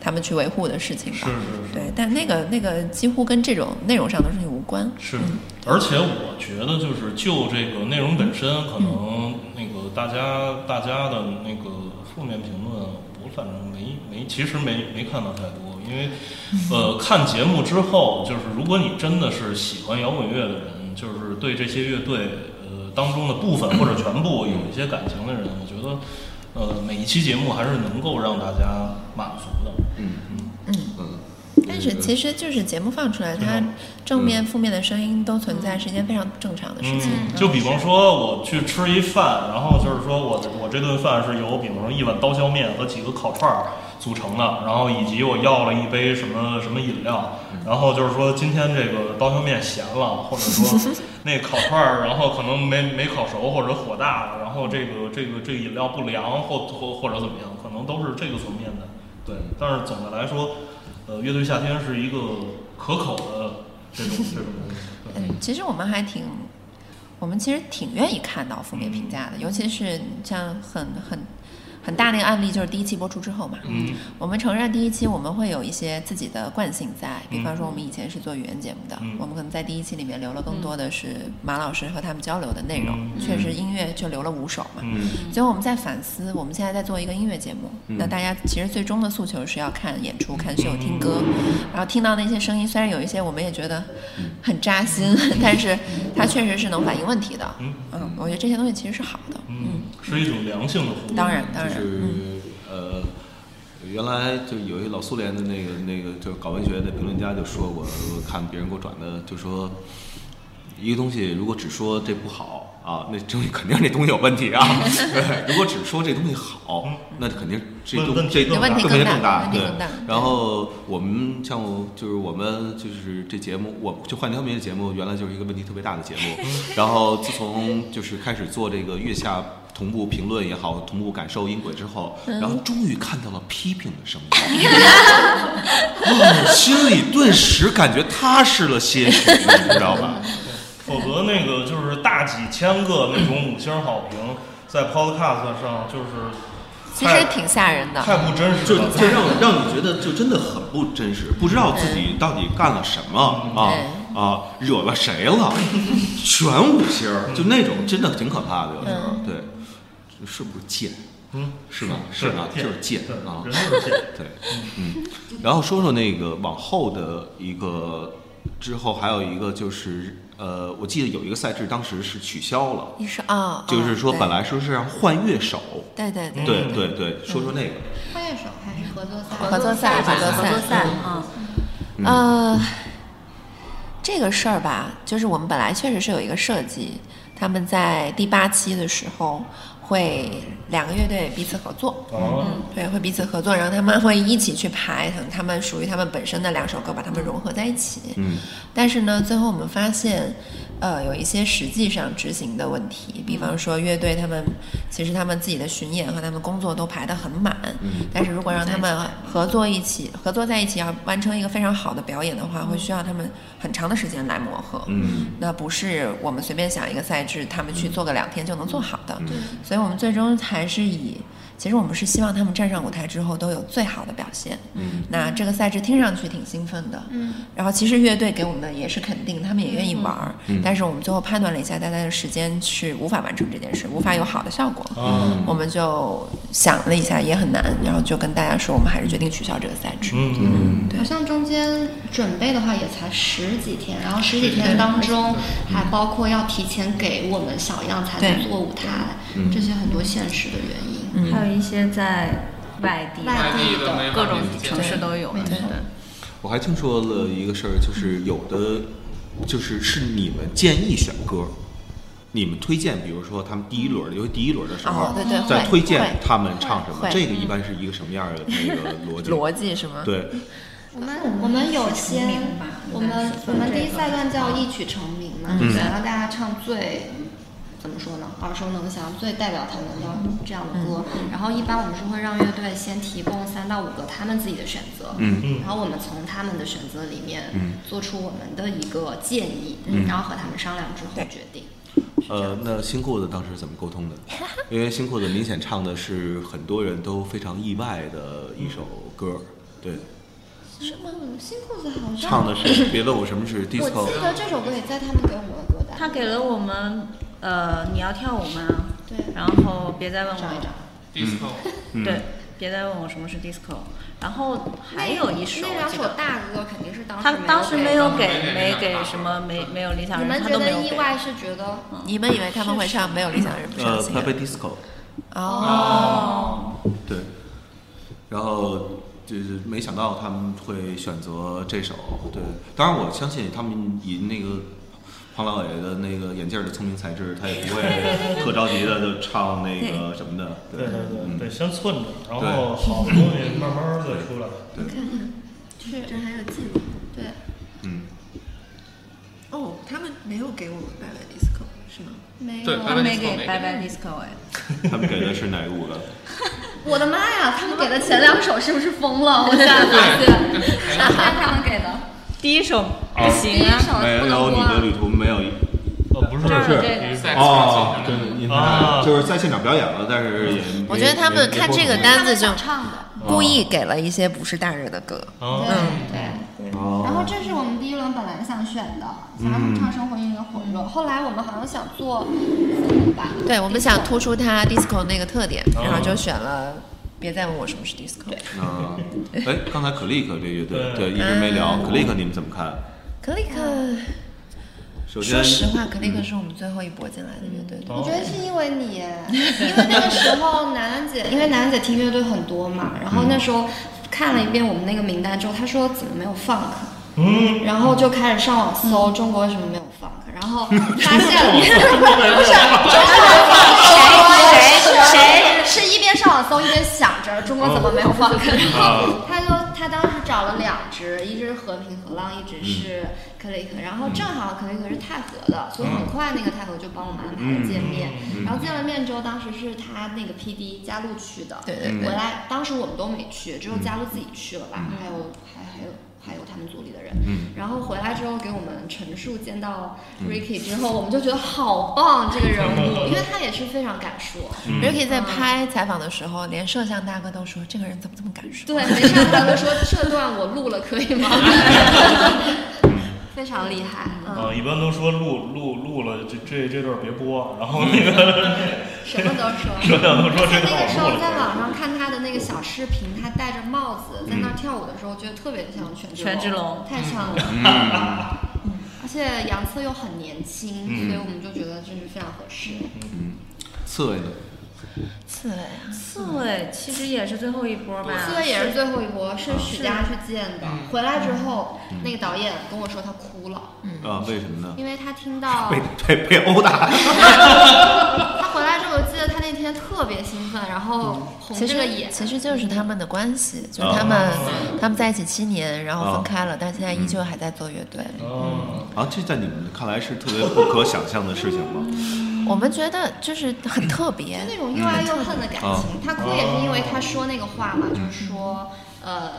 他们去维护的事情吧。是是是。对，但那个那个几乎跟这种内容上的事情无关。是，而且我觉得就是就这个内容本身，可能那个大家大家的那个负面评论，我反正没没其实没没看到太多，因为呃看节目之后，就是如果你真的是喜欢摇滚乐的人，就是对这些乐队呃当中的部分或者全部有一些感情的人，我觉得呃每一期节目还是能够让大家满足的。嗯，但是其实就是节目放出来，对它吧正面、负面的声音都存在，是一件非常正常的事情。嗯，就比方说我去吃一饭，然后就是说我我这顿饭是由比方说一碗刀削面和几个烤串儿组成的，然后以及我要了一杯什么什么饮料，然后就是说今天这个刀削面咸了，或者说那烤串儿，然后可能没没烤熟或者火大了，然后这个这个这个饮料不凉或或或者怎么样，可能都是这个层面的。对，但是总的来说，呃，乐队夏天是一个可口的这种这种东西。对嗯，其实我们还挺，我们其实挺愿意看到负面评价的，尤其是像很很很大那个案例，就是第一期播出之后嘛。嗯我们承认第一期我们会有一些自己的惯性在，比方说我们以前是做语言节目的，嗯我们可能在第一期里面留了更多的是马老师和他们交流的内容，确实音乐就留了五首嘛。嗯。所以我们在反思，我们现在在做一个音乐节目，嗯那大家其实最终的诉求是要看演出、看秀、听歌，嗯然后听到那些声音，虽然有一些我们也觉得很扎心，嗯 但是它确实是能反映问题的。嗯嗯，我觉得这些东西其实是好的。嗯，是一种良性的互动。当然，当就然，是嗯呃，原来就有一老苏联的那个那个就是搞文学的评论家就说过，我看别人给我转的，就说一个东西如果只说这不好啊，那证明肯定这东西有问 题啊。对，如果只说这东西好，那肯定这嗯问东问这题东更大肯定问题对更大，然后我们像我就是我们就是这节目，我就换条命的节目，原来就是一个问题特别大的节嗯目。然后自从就是开始做这个月下同步评论也好，同步感受音轨之后，嗯然后终于看到了批评的声 音，哦，心里顿时感觉踏实了些许，你知道吧？否则那个就是大几千个那种五星好评，在 Podcast 上就是其实太挺吓人的。太不真实就了。就让让你觉得就真的很不真实，不知道自己到底干了什么啊啊，惹 嗯了谁了，全五星儿，就那种真的挺可怕的，有时候对。是不是贱？嗯，是吧？是是啊，对就是贱对啊，人都是贱。对，嗯，然后说说那个往后的一个，之后还有一个就是，呃，我记得有一个赛制当时是取消了，你说啊，就是说啊本来说是让换乐手，对对对对对对，说说那个，花乐手还是合作赛？合作赛吧，合作赛合作赛啊，嗯呃，这个事儿吧，就是我们本来确实是有一个设计，他们在第八期的时候会两个乐队彼此合作，哦，对，会彼此合作，然后他们会一起去排，可能他们属于他们本身的两首歌，把它们融合在一起。嗯但是呢，最后我们发现，呃，有一些实际上执行的问题，比方说乐队他们其实他们自己的巡演和他们工作都排得很满，嗯但是如果让他们合作一起合作在一起，要完成一个非常好的表演的话，会需要他们很长的时间来磨合。嗯那不是我们随便想一个赛制，他们去做个两天就能做好的。嗯所以我们最终还是以，其实我们是希望他们站上舞台之后都有最好的表现。嗯那这个赛制听上去挺兴奋的，嗯，然后其实乐队给我们的也是肯定，他们也愿意玩儿，嗯但是我们最后判断了一下，大家的时间是无法完成这件事，无法有好的效果。哦啊，我们就想了一下，也很难，然后就跟大家说，我们还是决定取消这个赛制。嗯，嗯好像中间准备的话也才十几天，然后十几天当中还包括要提前给我们小样才能对做舞台嗯，这些很多现实的原因。还有一些在外地的、外地的没法各种理解城市都有，对对，我还听说了一个事儿，就是有的，就是是你们建议选歌，你们推荐，比如说他们第一轮儿，尤其第一轮儿的时候，哦对对在会推荐会他们唱什么，会嗯这个一般是一个什么样儿的那个逻辑？ 逻辑是吗？对，我们我们有些明吧，我们我们第一赛段叫一曲成名嘛，就嗯想让大家唱最。怎么说呢？耳熟能详，最代表他们的这样的歌。嗯然后一般我们是会让乐队先提供三到五个他们自己的选择，嗯然后我们从他们的选择里面嗯做出我们的一个建议，然后和他们商量之后对决定。呃，那新裤子当时怎么沟 通的？因为新裤子明显唱的是很多人都非常意外的一首歌，对，是吗？嗯新裤子好像唱的是别问我什么 是我 disco，记得这首歌也在他们给我们的歌单。他给了我们呃，你要跳舞吗？对然后别再问找一我找， disco，嗯对，别再问我什么是 disco。然后还那有一首，那我两记首得大歌肯定是当时他当时没有给给没没给给什么没没有理想你人，们他觉都没得有意给。外是觉得你们以为他们会唱没有理想人不上呃心，Pepe Disco，哦，对，然后就是没想到他们会选择这首，对，当然我相信他们以那个胖老爷的那个眼镜儿的聪明才智，他也不 会特着急的就唱那个什么的，对对对，嗯得先寸着，然后对好的东西慢慢儿再出来。对，是这还有记录，对，嗯，哦，他们没有给我们白白 disco 是吗？没对有。啊他没没给给拜拜 disco 哎，他们给的是哪五个？我的妈呀，他们给的前两首是不是疯了？我现在发现，是他们给的。第一首不第行一啊，首 没不有能你的播。旅途没有一呃，不是，这儿有这个在哦，对对，您看啊就是在现场表演了，但是也没我觉得他们没看这没个播出单子就他们想唱的，故意给了一些不是大热的歌。啊，对对。嗯哦然后这是我们第一轮本来想选的，想让他们唱生活音乐混入。后来我们好像想做字母吧，对，我们想突出它 disco 那个特点，哦然后就选了。别再问我什么是 disco。啊，哎，刚才 Click 这乐队对对一直没聊，Click 嗯你们怎么看？ Click，首说先，实话，Click 是我们最后一波进来的乐队。我觉得是因为你，因为那个时候楠楠姐，因为楠楠姐听乐队很多嘛，然后那时候看了一遍我们那个名单之后，她说怎么没有 funk，嗯，然后就开始上网搜中国为什么没有 funk，然后 发现了，不是中国有 funk，谁谁谁是一边上网搜一边想着中国怎么没有 funk，然后 他就他当时找了两支，一只是和平河浪，一只是克雷克，然后正好克雷克是太和的，所以很快那个太和就帮我们安排了见面。然后见了面之后，当时是他那个 P D 加路去的，对对回来当时我们都没去，只有加路自己去了吧，还有还还有。还有他们组里的人，然后回来之后给我们陈述见到 Ricky 之后，我们就觉得好棒这个人物，因为他也是非常敢说， Ricky 在拍采访的时候，连摄像大哥都说这个人怎么这么敢说。对，没事，他就说这段我录了可以吗？非常厉害，嗯，嗯啊，一般都说录录录了，这这这段儿别播，然后那个什么都说。说到都说而且这那个时候在了。网上看他的那个小视频，他戴着帽子在那儿跳舞的时候，我觉得特别像权权志龙太像了。嗯，而且杨策又很年轻，所以我们就觉得这是非常合适。刺猬呢？刺猬啊，刺猬哎其实也是最后一波吧，刺猬也是最后一波，是史家去见的。回来之后，那个导演跟我说他哭了，啊，为什么呢？因为他听到被被被殴打。他回来之后，我记得他那天特别兴奋，然后红其这个实眼。其实就是他们的关系，就是他们、他们在一起七年，然后分开了，但现在依旧还在做乐队。啊，这在你们看来是特别不可想象的事情吗？我们觉得就是很特别，那种又爱又恨的感情。他哭也是因为他说那个话嘛，就是说，呃，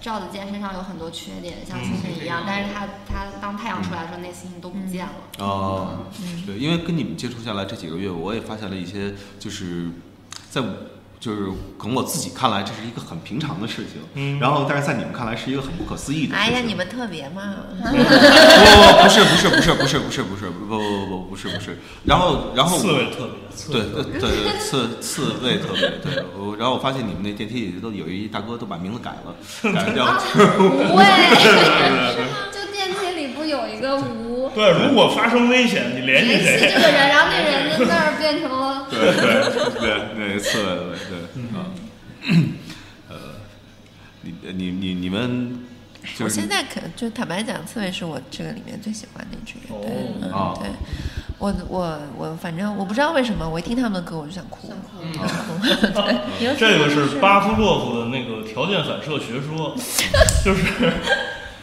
赵子健身上有很多缺点，像星星一样，但是他他当太阳出来的时候，那星星都不见了。哦，对，因为跟你们接触下来这几个月，我也发现了一些，就是在我就是可能我自己看来这是一个很平常的事情，然后但是在你们看来是一个很不可思议的事哎情。呀，你们特别嘛，不不不是不是不是不是不是不是不不不不不是不是，然后然后刺我猬特别，刺对猬对对对，刺刺猬特别对，我然后我发现你们那电梯里都有一大哥都把名字改了，改了叫啊不会，就电梯里不有一个吴，对，如果发生危险，你联联系系这谁？个人，然后那人在那儿变成了。对对对对，刺猬对对啊，呃，你你你你们就我是现在可就坦白讲，刺猬是我这个里面最喜欢的一支乐队。嗯，哦对，我我我反正我不知道为什么，我一听他们的歌我就想哭，想哭。对，尤其这个就是巴夫洛夫的那个条件反射学说，就是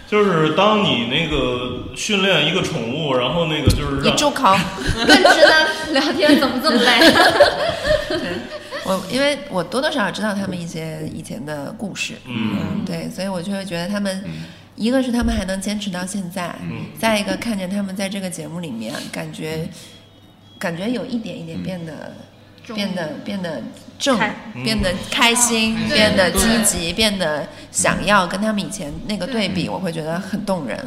就是当你那个训练一个宠物，然后那个就是 你让住口！更值得聊天，怎么这么累？我因为我多多少少知道他们一些以前的故事，嗯，对，所以我就会觉得他们，一个是他们还能坚持到现在，再一个看见他们在这个节目里面，感觉感觉有一点一点变得。忠变得变得正开，变得开心，嗯变得对积极，变得想要跟他们以前那个对比，我会觉得很动人。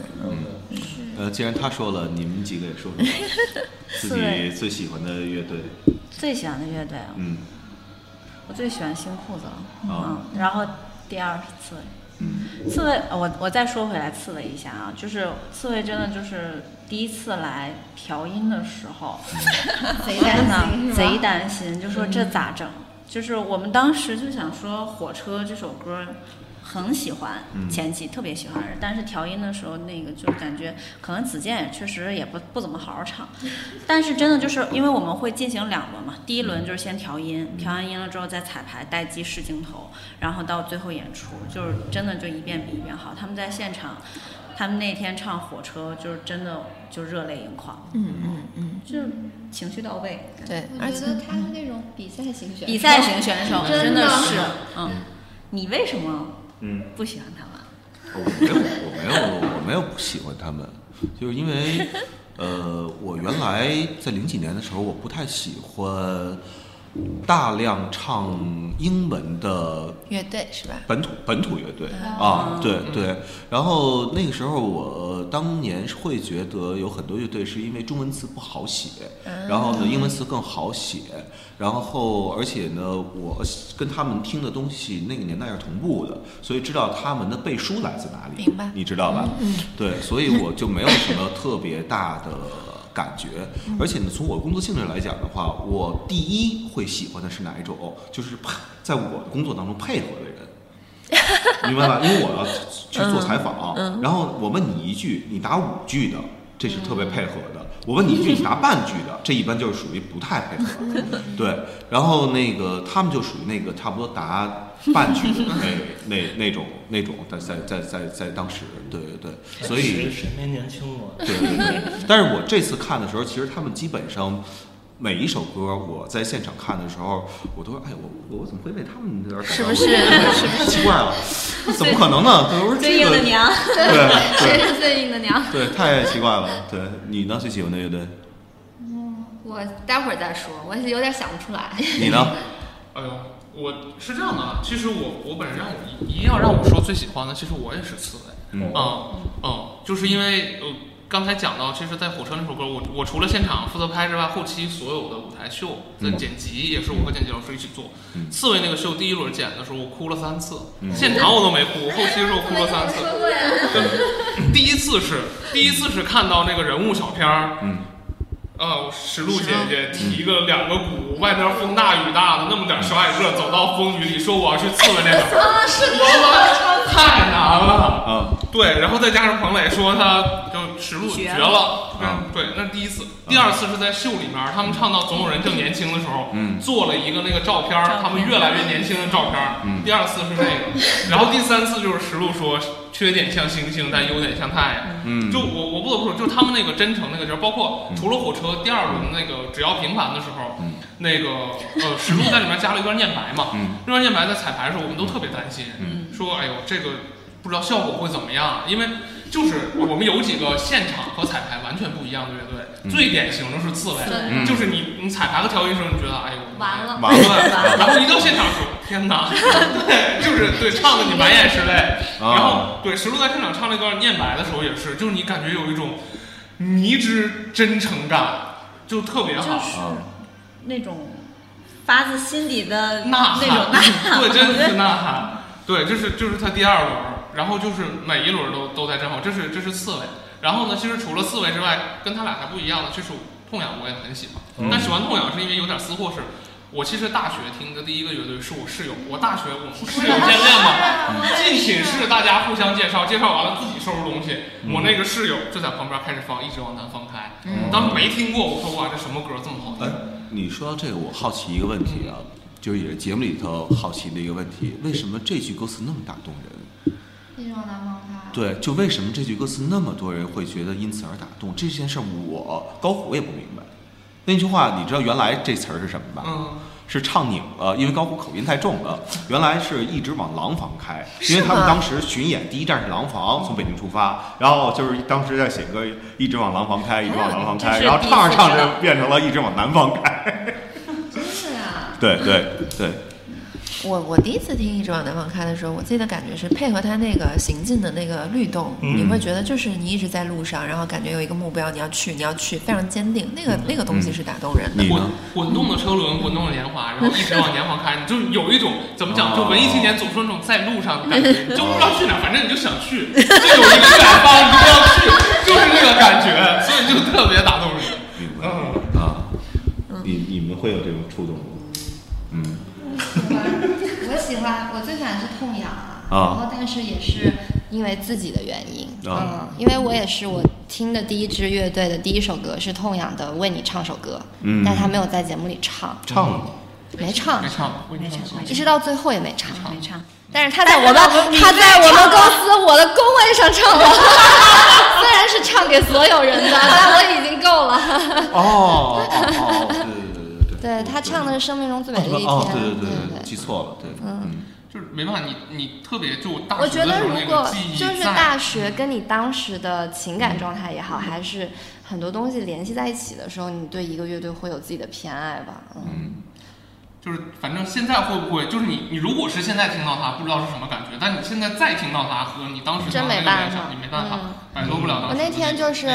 呃，既然他说了，你们几个也说说自己最喜欢的乐队，最喜欢的乐队啊，嗯，我最喜欢新裤子了，哦嗯，然后第二是刺猬，刺猬，我我再说回来刺猬一下啊，就是刺猬真的就是第一次来调音的时候，贼真的 心贼担心，就说嗯这咋整？就是我们当时就想说，《火车》这首歌很喜欢，前期特别喜欢，但是调音的时候那个就感觉，可能子健也确实也不不怎么好 好唱，但是真的就是因为我们会进行两轮嘛，第一轮就是先调音，调完音了之后再彩排、待机、试镜头，然后到最后演出，就是真的就一遍比一遍好。他们在现场，他们那天唱《火车》就是真的就热泪盈眶，嗯嗯嗯，就是情绪到位。对，我而觉且得他是那种比赛型选手，比赛型选手真的真是，嗯，你为什么嗯，不喜欢他们？我没有我没有我没有不喜欢他们，就是因为呃，我原来在零几年的时候，我不太喜欢大量唱英文的乐队是吧？哦本土本土乐队啊，对对。然后那个时候我当年是会觉得有很多乐队是因为中文词不好写，哦然后呢英文词更好写，然后而且呢我跟他们听的东西那个年代是同步的，所以知道他们的背书来自哪里，明白嗯你知道吧？对，所以我就没有什么特别大的。感觉，嗯而且呢，从我工作性质来讲的话，我第一会喜欢的是哪一种？就是配在我的工作当中配合的人， 明白吧？因为我要去做采访，啊然后我问你一句，你答五句的，这是特别配合的；我问你一句，你答半句的，这一般就是属于不太配合的。对，然后那个他们就属于那个差不多答半句的那那那种那种，在在在在在当时，对对对，所以谁谁没年轻过？对对对。 但是我这次看的时候，其实他们基本上每一首歌，我在现场看的时候，我都说，哎，我我怎么会被他们这是是不是是不是奇怪了？怎么可能呢？对，我说这最硬的个，娘， 对谁 是最硬的娘？对对，太奇怪了。对你呢？最喜欢的乐队？我待会儿再说，我有点想不出来。你呢？哎呦，我是这样的，啊，其实我我本人让我一一定要让我说最喜欢的，其实我也是刺猬。嗯嗯嗯，就是因为呃，刚才讲到，其实，在火车那首歌，我我除了现场负责拍之外，后期所有的舞台秀的剪辑也是我和剪辑老师一起做。刺猬那个秀第一轮剪的时候，我哭了三次，现场我都没哭，后期的时候哭了三次。过呀？第一次是第一次是看到那个人物小片儿，嗯，啊，石璐姐姐提个两个鼓，外边风大雨大的，那么点儿小矮个走到风雨里，说我要去刺猬那边儿，啊，是我操，太难了。啊，对，然后再加上彭磊说他就石璐绝绝了了，啊对，那是第一次，第二次是在秀里面，他们唱到总有人正年轻的时候，嗯做了一个那个照片儿，他们越来越年轻的照片儿，嗯第二次是这个，然后第三次就是石璐说缺点像星星，但优点像太阳，嗯，就我我不得不说，就是他们那个真诚那个劲儿，包括除了火车第二轮那个只要平凡的时候，嗯那个呃石璐在里面加了一段念白嘛，嗯那段念白在彩排的时候我们都特别担心，嗯说哎呦这个不知道效果会怎么样，啊因为就是我们有几个现场和彩排完全不一样的乐队，嗯最典型的是刺猬，嗯就是你你彩排和调音的时候，你觉得哎呦我的妈呀完了，完了对，然后一到现场说：“天哪！”对，就是对唱的你满眼是泪。啊然后对石璐在现场唱那段念白的时候也是，就是你感觉有一种迷之真诚感，就特别就好。是啊那种发自心底的呐那种呐喊，喊，对，真的是对呐喊。对，这是就是他第二轮，然后就是每一轮都都在震撼，这是这是刺猬。然后呢，其实除了刺猬之外，跟他俩还不一样的就是痛痒，我也很喜欢。嗯但喜欢痛痒是因为有点私货是。我其实大学听的第一个乐队是我室友，我大学 我们室友见面嗯嘛，进寝室大家互相介绍，介绍完了自己收拾东西，嗯我那个室友就在旁边开始放，一直往南方开，嗯当时没听过，我说哇这什么歌这么好听哎，，你说到这个，我好奇一个问题啊，就是也是节目里头好奇的一个问题，为什么这句歌词那么打动人？一种南方派。对，就为什么这句歌词那么多人会觉得因此而打动？这件事儿我高虎也不明白。那句话你知道原来这词儿是什么吧？嗯，是唱拧了，因为高虎口音太重了。原来是一直往廊坊开，因为他们吗当时巡演第一站是廊坊，从北京出发，然后就是当时在写歌，一直往廊坊开，一直往廊坊哎这开，是然后第一唱着次唱知道着变成了一直往南方开。 真是啊，对对对，我我第一次听《一直往南方开》的时候，我自己的感觉是配合他那个行进的那个律动，嗯你会觉得就是你一直在路上，然后感觉有一个目标你要去，你要去，非常坚定，那个那个东西是打动人的。你滚呢？滚动的车轮，滚动的年华，然后一直往年华开，你就有一种怎么哦讲，就文艺青年总说那种在路上的感觉，你就不知道去哪儿，反正你就想去，就有一个远方，你就要去，就是那个感觉， 所以就特别打动人。明白嗯，啊，嗯你你们会有这种触动吗？嗯我喜欢，我最喜欢是痛痒啊，啊然后但是也是因为自己的原因，啊嗯，因为我也是我听的第一支乐队的第一首歌是痛痒的《为你唱首歌》，嗯但他没有在节目里唱，唱嗯了吗？没唱没，唱，我跟你说没一直到最后也没嗯唱，没唱。但是他在哎我们他在我们公司我的工位上唱了， 虽然是唱给所有人的，但我已经够了。哦哦哦，对对对对对他唱的是《生命中最美丽的一天》，哦，对对对对记错了，对，嗯就是没办法，你你特别就大我学觉的得时候如那果个记忆就是在大学跟你当时的情感状态也好，还是很多东西联系在一起的时候，你对一个乐队会有自己的偏爱吧？嗯，嗯，就是反正现在会不会就是你你如果是现在听到它不知道是什么感觉，但你现在再听到它和你当时听真到那没个办原法声，你没办法嗯摆脱不了当时的个。我那天就是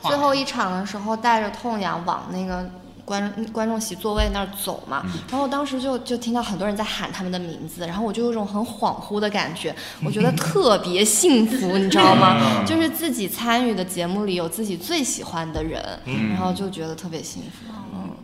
画最后面一场的时候，带着痛痒往那个观观众席座位那儿走嘛，然后当时就就听到很多人在喊他们的名字，然后我就有一种很恍惚的感觉，我觉得特别幸福，你知道嗯嗯吗？嗯就是自己参与的节目里有自己最喜欢的人，然后就觉得特别幸福。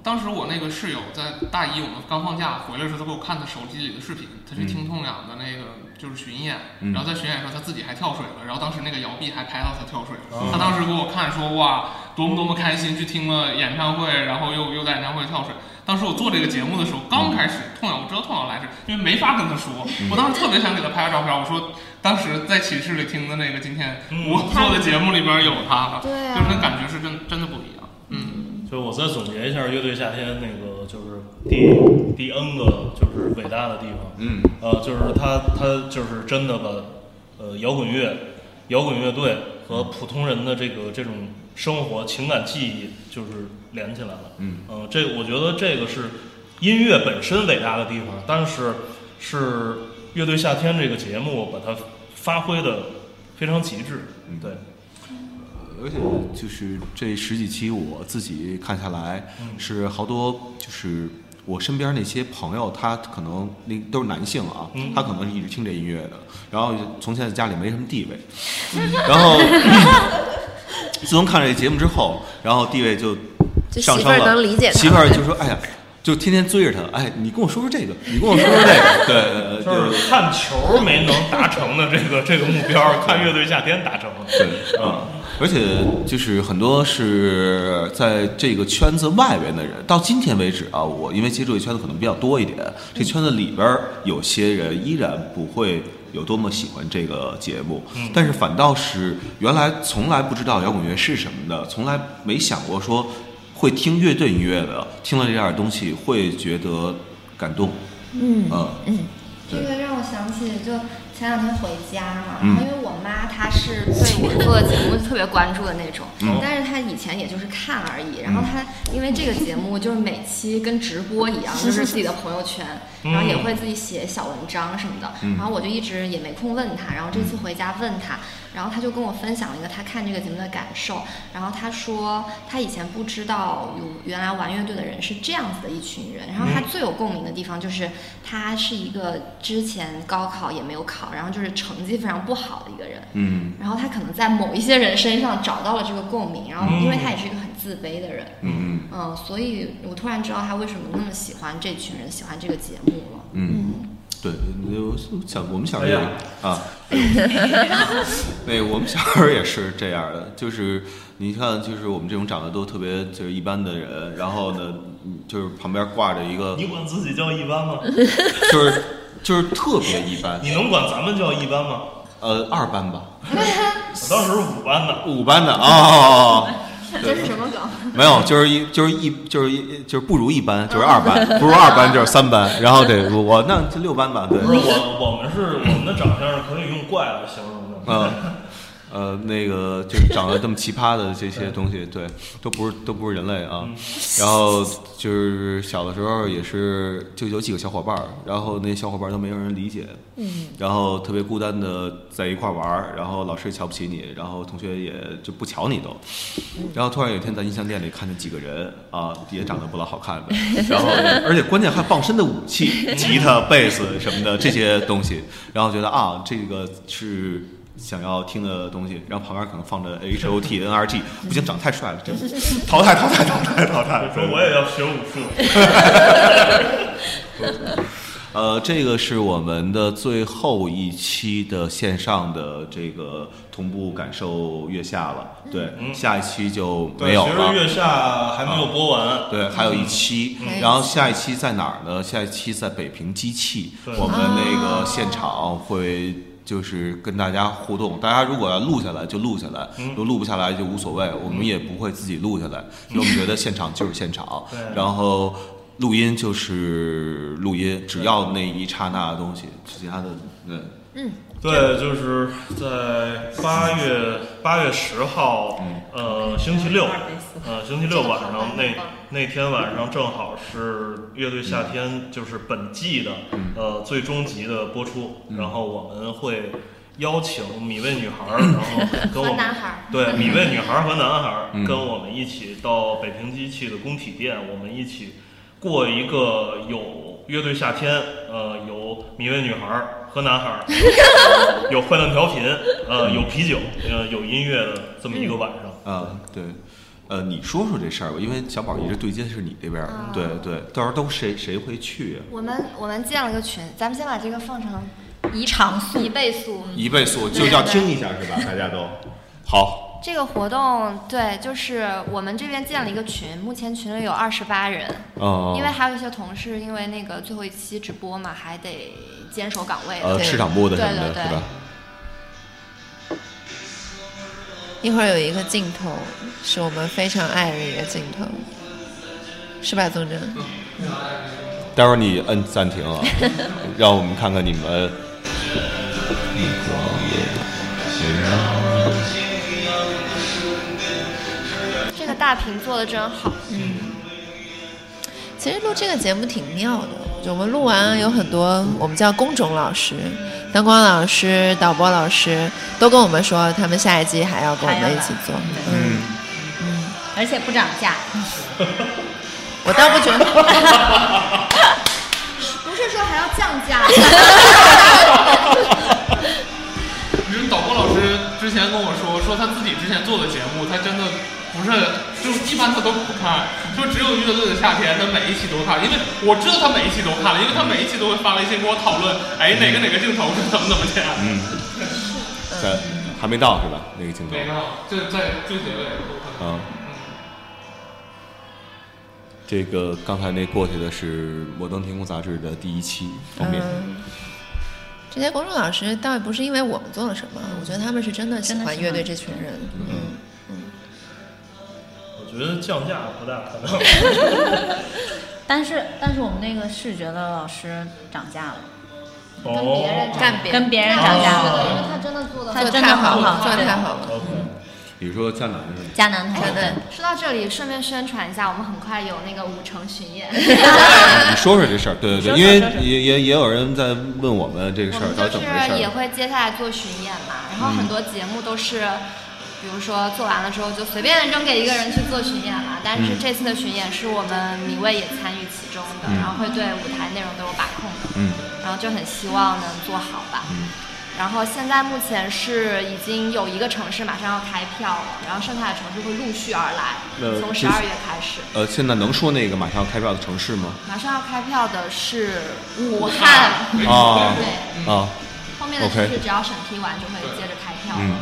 当时我那个室友在大一，我们刚放假回来的时候，他给我看他手机里的视频，他去听痛痒的那个就是巡演，嗯然后在巡演的时候他自己还跳水了，然后当时那个摇臂还拍到他跳水了，他当时给我看说哇多么多么开心，去听了演唱会，然后又又在演唱会跳水。当时我做这个节目的时候，刚开始痛痒，我知道痛痒来着，因为没法跟他说，我当时特别想给他拍个照片，我说当时在寝室里听的那个，今天我做的节目里边有他，对啊就是那感觉是真真的不一样，嗯。就是我再总结一下乐队夏天那个，就是第第 N 个就是伟大的地方，嗯，呃，就是他他就是真的把呃摇滚乐、摇滚乐队和普通人的这个这种生活情感记忆就是连起来了，嗯，呃，这我觉得这个是音乐本身伟大的地方，但是是乐队夏天这个节目把它发挥的非常极致，嗯对，而且就是这十几期我自己看下来，是好多就是我身边那些朋友，他可能那都是男性啊，他可能是一直听这音乐的，然后从现在家里没什么地位，然后自从看这节目之后，然后地位就就上媳妇升儿了，能理解他媳妇儿就说：“哎呀。”就天天追着他，哎，你跟我说说这个，你跟我说说这个，对，对就对是看球没能达成的这个这个目标，看乐队夏天达成了。对啊，而且就是很多是在这个圈子外边的人，到今天为止啊，我因为接触的圈子可能比较多一点，这圈子里边儿有些人依然不会。有多么喜欢这个节目，但是反倒是原来从来不知道摇滚乐是什么的，从来没想过说会听乐队音乐的，听了这样的东西会觉得感动，嗯嗯嗯，这个让我想起，就前两天回家嘛，嗯然后因为我妈她是对我做的节目特别关注的那种，但是她以前也就是看而已。然后她因为这个节目就是每期跟直播一样，就是自己的朋友圈，然后也会自己写小文章什么的。然后我就一直也没空问她，然后这次回家问她，然后她就跟我分享了一个她看这个节目的感受。然后她说她以前不知道有原来玩乐队的人是这样子的一群人，然后她最有共鸣的地方就是他是一个之前高考也没有考，然后就是成绩非常不好的一个人，嗯然后他可能在某一些人身上找到了这个共鸣，然后因为他也是一个很自卑的人，嗯嗯嗯，所以我突然知道他为什么那么喜欢这群人，喜欢这个节目了。嗯，对，我想我们小时候也哎呀啊，那我们小时候也是这样的，就是你看，就是我们这种长得都特别就是一般的人，然后呢，嗯就是旁边挂着一个你，管自己叫一般吗？就是就是特别一般，你能管咱们叫一般吗？呃，二班吧，我当时是五班的，五班的哦哦，哦哦这对是什么梗？没有，就是一就是一就是一就是不如一班，就是二班，不如二班就是三班，然后得我那就六班吧，对，不是我，我们是我们的长相是可以用怪来形 容的。嗯，呃，那个就是长得这么奇葩的这些东西，对，都不是都不是人类啊。然后就是小的时候也是，就有几个小伙伴儿，然后那小伙伴儿都没有人理解，嗯，然后特别孤单的在一块儿玩儿，然后老师也瞧不起你，然后同学也就不瞧你都。然后突然有一天在音像店里看见几个人啊，也长得不老好看的， 然后而且关键还傍身的武器，吉他、贝斯什么的这些东西， 然后觉得啊，这个是想要听的东西，然后旁边可能放着 H O T N R T，不行，长得太帅了，这 淘汰淘汰淘汰淘汰我，说我也要学武术，呃，这个是我们的最后一期的线上的这个同步感受月下了，对，下一期就没有对了其实。月下还没有播完。对，还有一期，嗯然后下一期在哪儿呢？下一期在北平机器，对我们那个现场会就是跟大家互动。大家如果要录下来就录下来，嗯如果录不下来就无所谓，我们也不会自己录下来，因为我们觉得现场就是现场 对，然后。录音就是录音，只要那一刹那的东西，其他的，嗯，对，就是在八月八月十号，嗯呃，星期六，嗯呃，星期六晚上那那天晚上正好是乐队夏天，就是本季的呃最终集的播出，然后我们会邀请米味女孩儿，然后跟我和们男孩儿对米味女孩儿和男孩儿嗯跟我们一起到北平机器的工体店，我们一起过一个有乐队夏天，呃，有米味女孩儿和男孩儿，有坏蛋调频，呃，有啤酒，呃，有音乐的这么一个晚上。啊，对，呃，你说说这事儿吧，因为小宝一直对接是你这边儿，啊对对，到时候都谁谁会去啊？我们我们建了个群，咱们先把这个放成以场速一倍速。一倍速就要听一下是吧？大家都好，这个活动对，就是我们这边建了一个群，目前群里有二十八人。哦因为还有一些同事，因为那个最后一期直播嘛，还得坚守岗位的。呃对市场部的什么对的，对是吧？一会儿有一个镜头是我们非常爱的一个镜头，是吧，宗正？待会儿你摁暂停啊，让我们看看你们。嗯这个大屏做的真好，其实录这个节目挺妙的，我就我们录完有很多，我们叫工种老师、灯光老师、导播老师都跟我们说，他们下一季还要跟我们一起做。嗯，而且不涨价。我倒不觉得， 不是说还要降 价，就是导播老师之前跟我说，说他自己之前做的节目，他真的不是，就是一般他都不看，说只有娱乐队的夏天，他每一期都看，因为我知道他每一期都看了，因为他每一期都会发微信跟我讨论，哎，哪个哪个镜头是怎么怎么这样，嗯在还没到是吧？那个镜头哪，个就在最结尾都看。嗯，这个刚才那过去的是《摩登天空》杂志的第一期封面，嗯，这些工种老师倒也不是因为我们做了什么，我觉得他们是真的喜欢乐队这群人。嗯，我觉得降价不大可能。 但是但是我们那个视觉的老师涨价了，跟别人哦干别跟别人那涨我价觉得，因了。为他真的做的他做真的的太好很了，好做的太好了。 OK，比如说《江南》是吧？迦南台真的对，说到这里，顺便宣传一下，我们很快有那个五城巡演，你说说这事儿，对对对，说说因为说说也也也有人在问我们这个我 事儿们到底就怎么回事是也儿。会接下来做巡演嘛，然后很多节目都是，比如说做完了之后就随便扔给一个人去做巡演了，但是这次的巡演是我们米未也参与其中的，然后会对舞台内容都有把控的。嗯，然后就很希望能做好吧。然后现在目前是已经有一个城市马上要开票了，然后剩下的城市会陆续而那来，从这十二月开始。呃，现在能说那个马上要开票的城市吗？马上要开票的是武汉，啊对，啊，后面的 OK 城市只要审批完就会接着开票嗯了。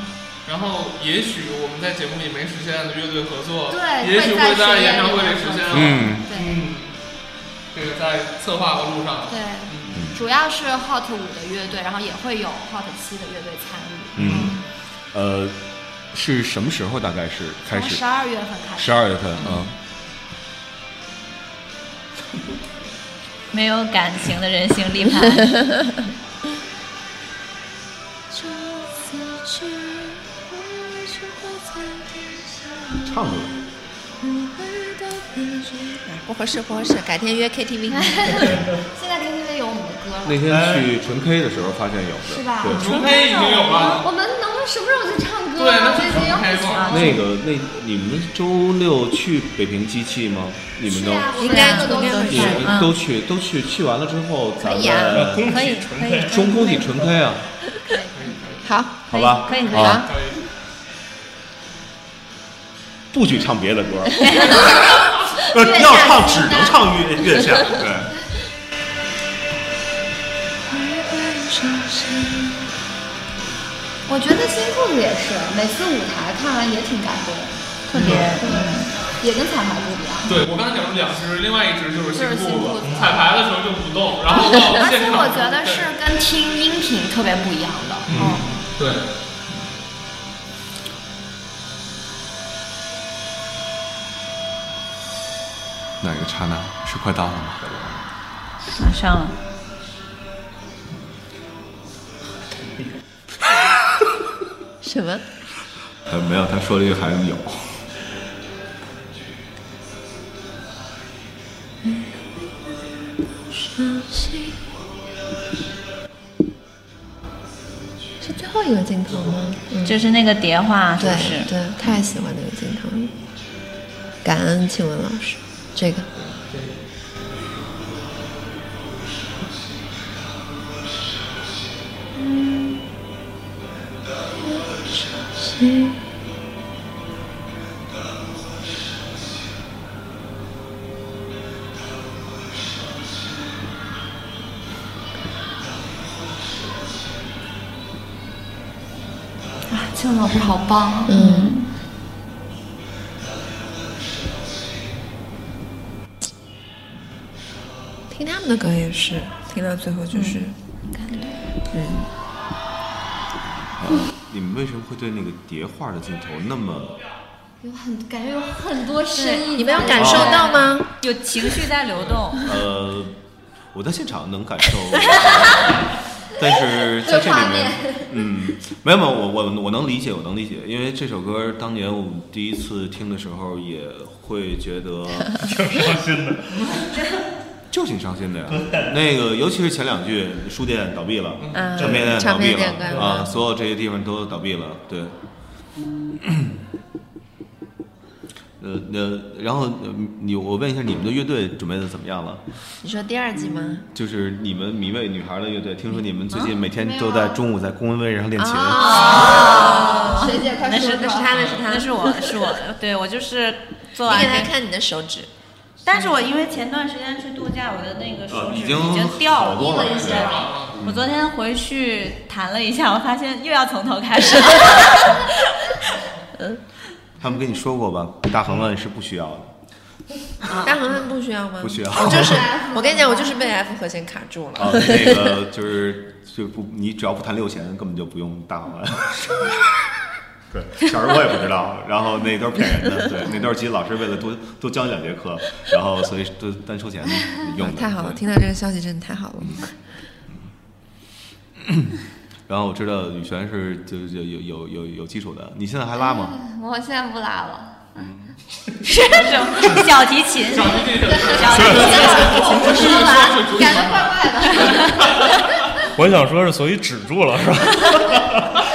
然后也许我们在节目里没实现的乐队合作，对也许会在会在巡演演唱里会里面实合现了。作嗯对嗯，这个在策划和路上。对，嗯主要是 Hot 五的乐队，然后也会有 Hot 七的乐队参与，嗯，呃，是什么时候大概是开从始十？二月份开始十。二月份啊，没有感情的人形立牌，唱歌。哎不合适，不合适，改天约 KTV。 现在 KTV 有我们的歌了。那天去纯 K 的时候发现有的，是吧对，除非已经有了，我们能不能什么时候去唱歌对那啊？就这已经敞开很吧长了。那个那你们周六去北平机器吗？你们是都啊，我应们该两个都应该有会你去是们都去都去，去完了之后咱以啊们工可以 体纯可以配，中工体纯 K 啊，好，好吧？可以可以可以啊，可以。不许唱别的歌， 呃，要唱只能唱月月下，对，我觉得新裤子也是，每次舞台看完也挺感动，特别也跟彩排不一样。对我刚才讲了两只，另外一只就是新就是新裤裤子子，彩排的时候就不动，然后到而现且场。我觉得是跟听音频特别不一样的。嗯，对。哪个刹那是快到了吗？马上了。什么？呃，没有，他说了一个还有，是最后一个镜头吗？嗯，就是那个叠画，是不是对？对，太喜欢那个镜头了。感恩庆文老师，这个啊，庆老师好棒。嗯听他们的歌也是，听到最后就是，你们为什么会对那个叠画的镜头那么？有很感觉有很多对深意，你没有感受到吗？有情绪在流动，呃，我在现场能感 受，但是在这里面，嗯，没有没有，我我我能理解，我能理解，因为这首歌当年我们第一次听的时候也会觉得挺伤心的。就是挺伤心的呀。那个，尤其是前两句，书店倒闭了，嗯唱片店倒闭唱片店关了了啊，所有这些地方都倒闭了，对。呃，那然后呃你我问一下，你们的乐队准备的怎么样了？你说第二季吗？就是你们迷妹女孩的乐队，听说你们最近每天嗯都在中午在公位上练琴，啊哦，学姐快那说是说，那是他，那是他，那是我是我，对我就是做完你给他那看你的手指，但是我因为前段时间去度假，我的那个手呃，指经掉好了，多了，一对些了。嗯我昨天回去弹了一下，我发现又要从头开始。他们跟你说过吧？大横问是不需要的，大横问不需要吗？不需要嗯 我就是，我跟你讲，我就是被 F 和弦卡住了。啊，那个就是就不，你只要不弹六弦，根本就不用大环。 对，小时候我也不知道， 然后那都是骗人的，对，那都是其实老师为了多多教你两节课，然后所以都单收钱用的。哦太好了，对听到这个消息真的太好 了。然后我知道羽泉是就是有有有有有基础的，你现在还拉吗？我现在不拉了。小提琴，小提琴，小提琴，不说了，感觉怪怪的。我想说是，所以止住了是吧？嗯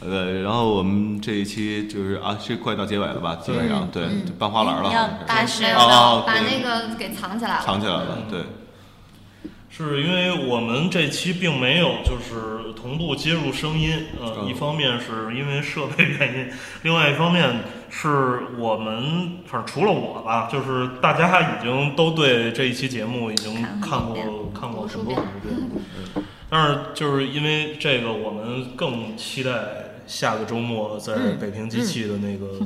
呃，然后我们这一期就是啊，是快到结尾了吧？基本嗯上对，就搬花篮了，好要像是大事没有哦没哦有，把对那个给藏起来了。藏起来了，嗯对。是因为我们这期并没有就是同步接入声音，呃，嗯一方面是因为设备原因，另外一方面是我们反正除了我吧，就是大家已经都对这一期节目已经看过看过很多很多遍，嗯但是就是因为这个，我们更期待下个周末在北平机器的那个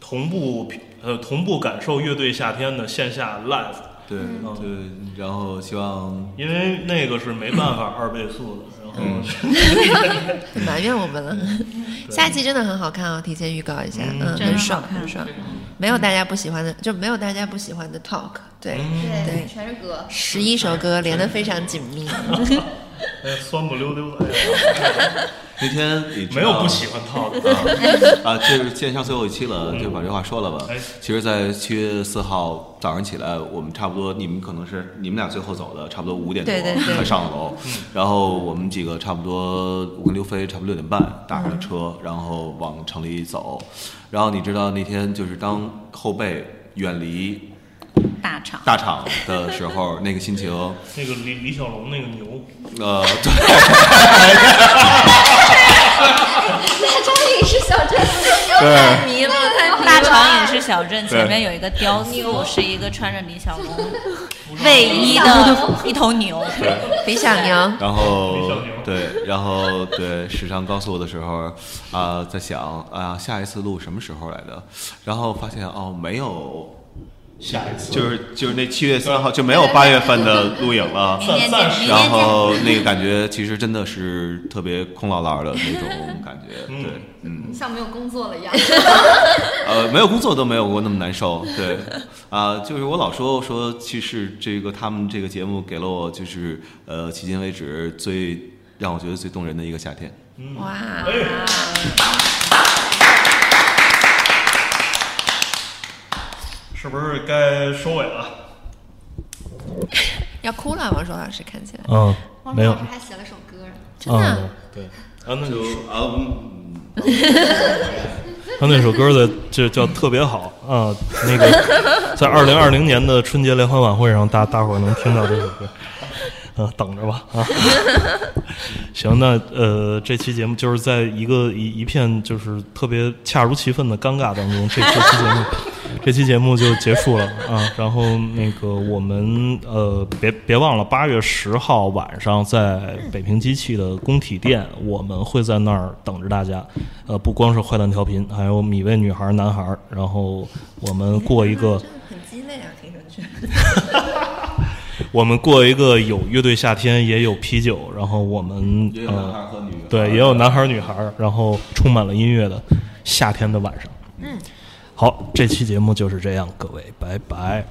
同步呃同步感受乐队夏天的线下 live。对嗯对，然后希望因为那个是没办法二倍速的，然后、埋怨我们了。 下期真的很好看哦，提前预告一下，嗯嗯，真的很好爽，看很爽，没有大家不喜欢的，就没有大家不喜欢的 talk，对，对全是歌。 十一首歌连得非常紧密，哎酸不溜溜的，哎呀，那天你知没有道不喜欢套的， 啊，这是线上最后一期了，就把这话说了吧哎。其实，在七月四号早上起来，我们差不多，你们可能是你们俩最后走的，差不多五点多对对对才上楼。然后我们几个差不多，我跟刘飞差不多六点半打上嗯了车，然后往城里走。然后你知道那天就是当后背远离大厂。大厂的时候，那个心情， 那个李李小龙那个牛，呃，对。那张影是小镇子，对迷了迷了大厂影视小镇前面有一个雕塑，是一个穿着李小龙 卫衣的一头牛。李小牛。然 后李小牛对，然后对，时常高速的时候啊、在想啊、下一次录什么时候来的？然后发现哦，没有，下一次就是就是那七月三号就没有八月份的录影了。明年暂见，时明然年见。后那个感觉其实真的是特别空落落的那种感觉，对，嗯，像没有工作了一样。呃，没有工作都没有过那么难受，对，啊、就是我老说说，其实这个他们这个节目给了我就是呃，迄今为止最让我觉得最动人的一个夏天， 哇，哎是不是该收尾了？要哭了，王硕老师看起来嗯，王没老有师，还写了首歌，真的。对，啊，那就就啊，嗯他那首歌的就叫特别好啊，那个 在二零二零年的春节联欢晚会上，大大伙儿能听到这首歌， 啊，等着吧啊。 行，那呃，这期节目就是在一个一一片就是特别恰如其分的尴尬当中，这这期节目 这期节目就结束了啊。然后那个我们呃，别别忘了八月十号晚上在北平机器的工体店，我们会在那儿等着大家。呃，不光是坏蛋调频，还有米味女孩、男孩，然后我们过一个。很鸡肋啊，听上去。我们过一个有乐队夏天，也有啤酒，然后我们也有男孩呃，和女孩，对，也有男孩儿女孩儿，然后充满了音乐的夏天的晚上。嗯，好，这期节目就是这样，各位，拜拜。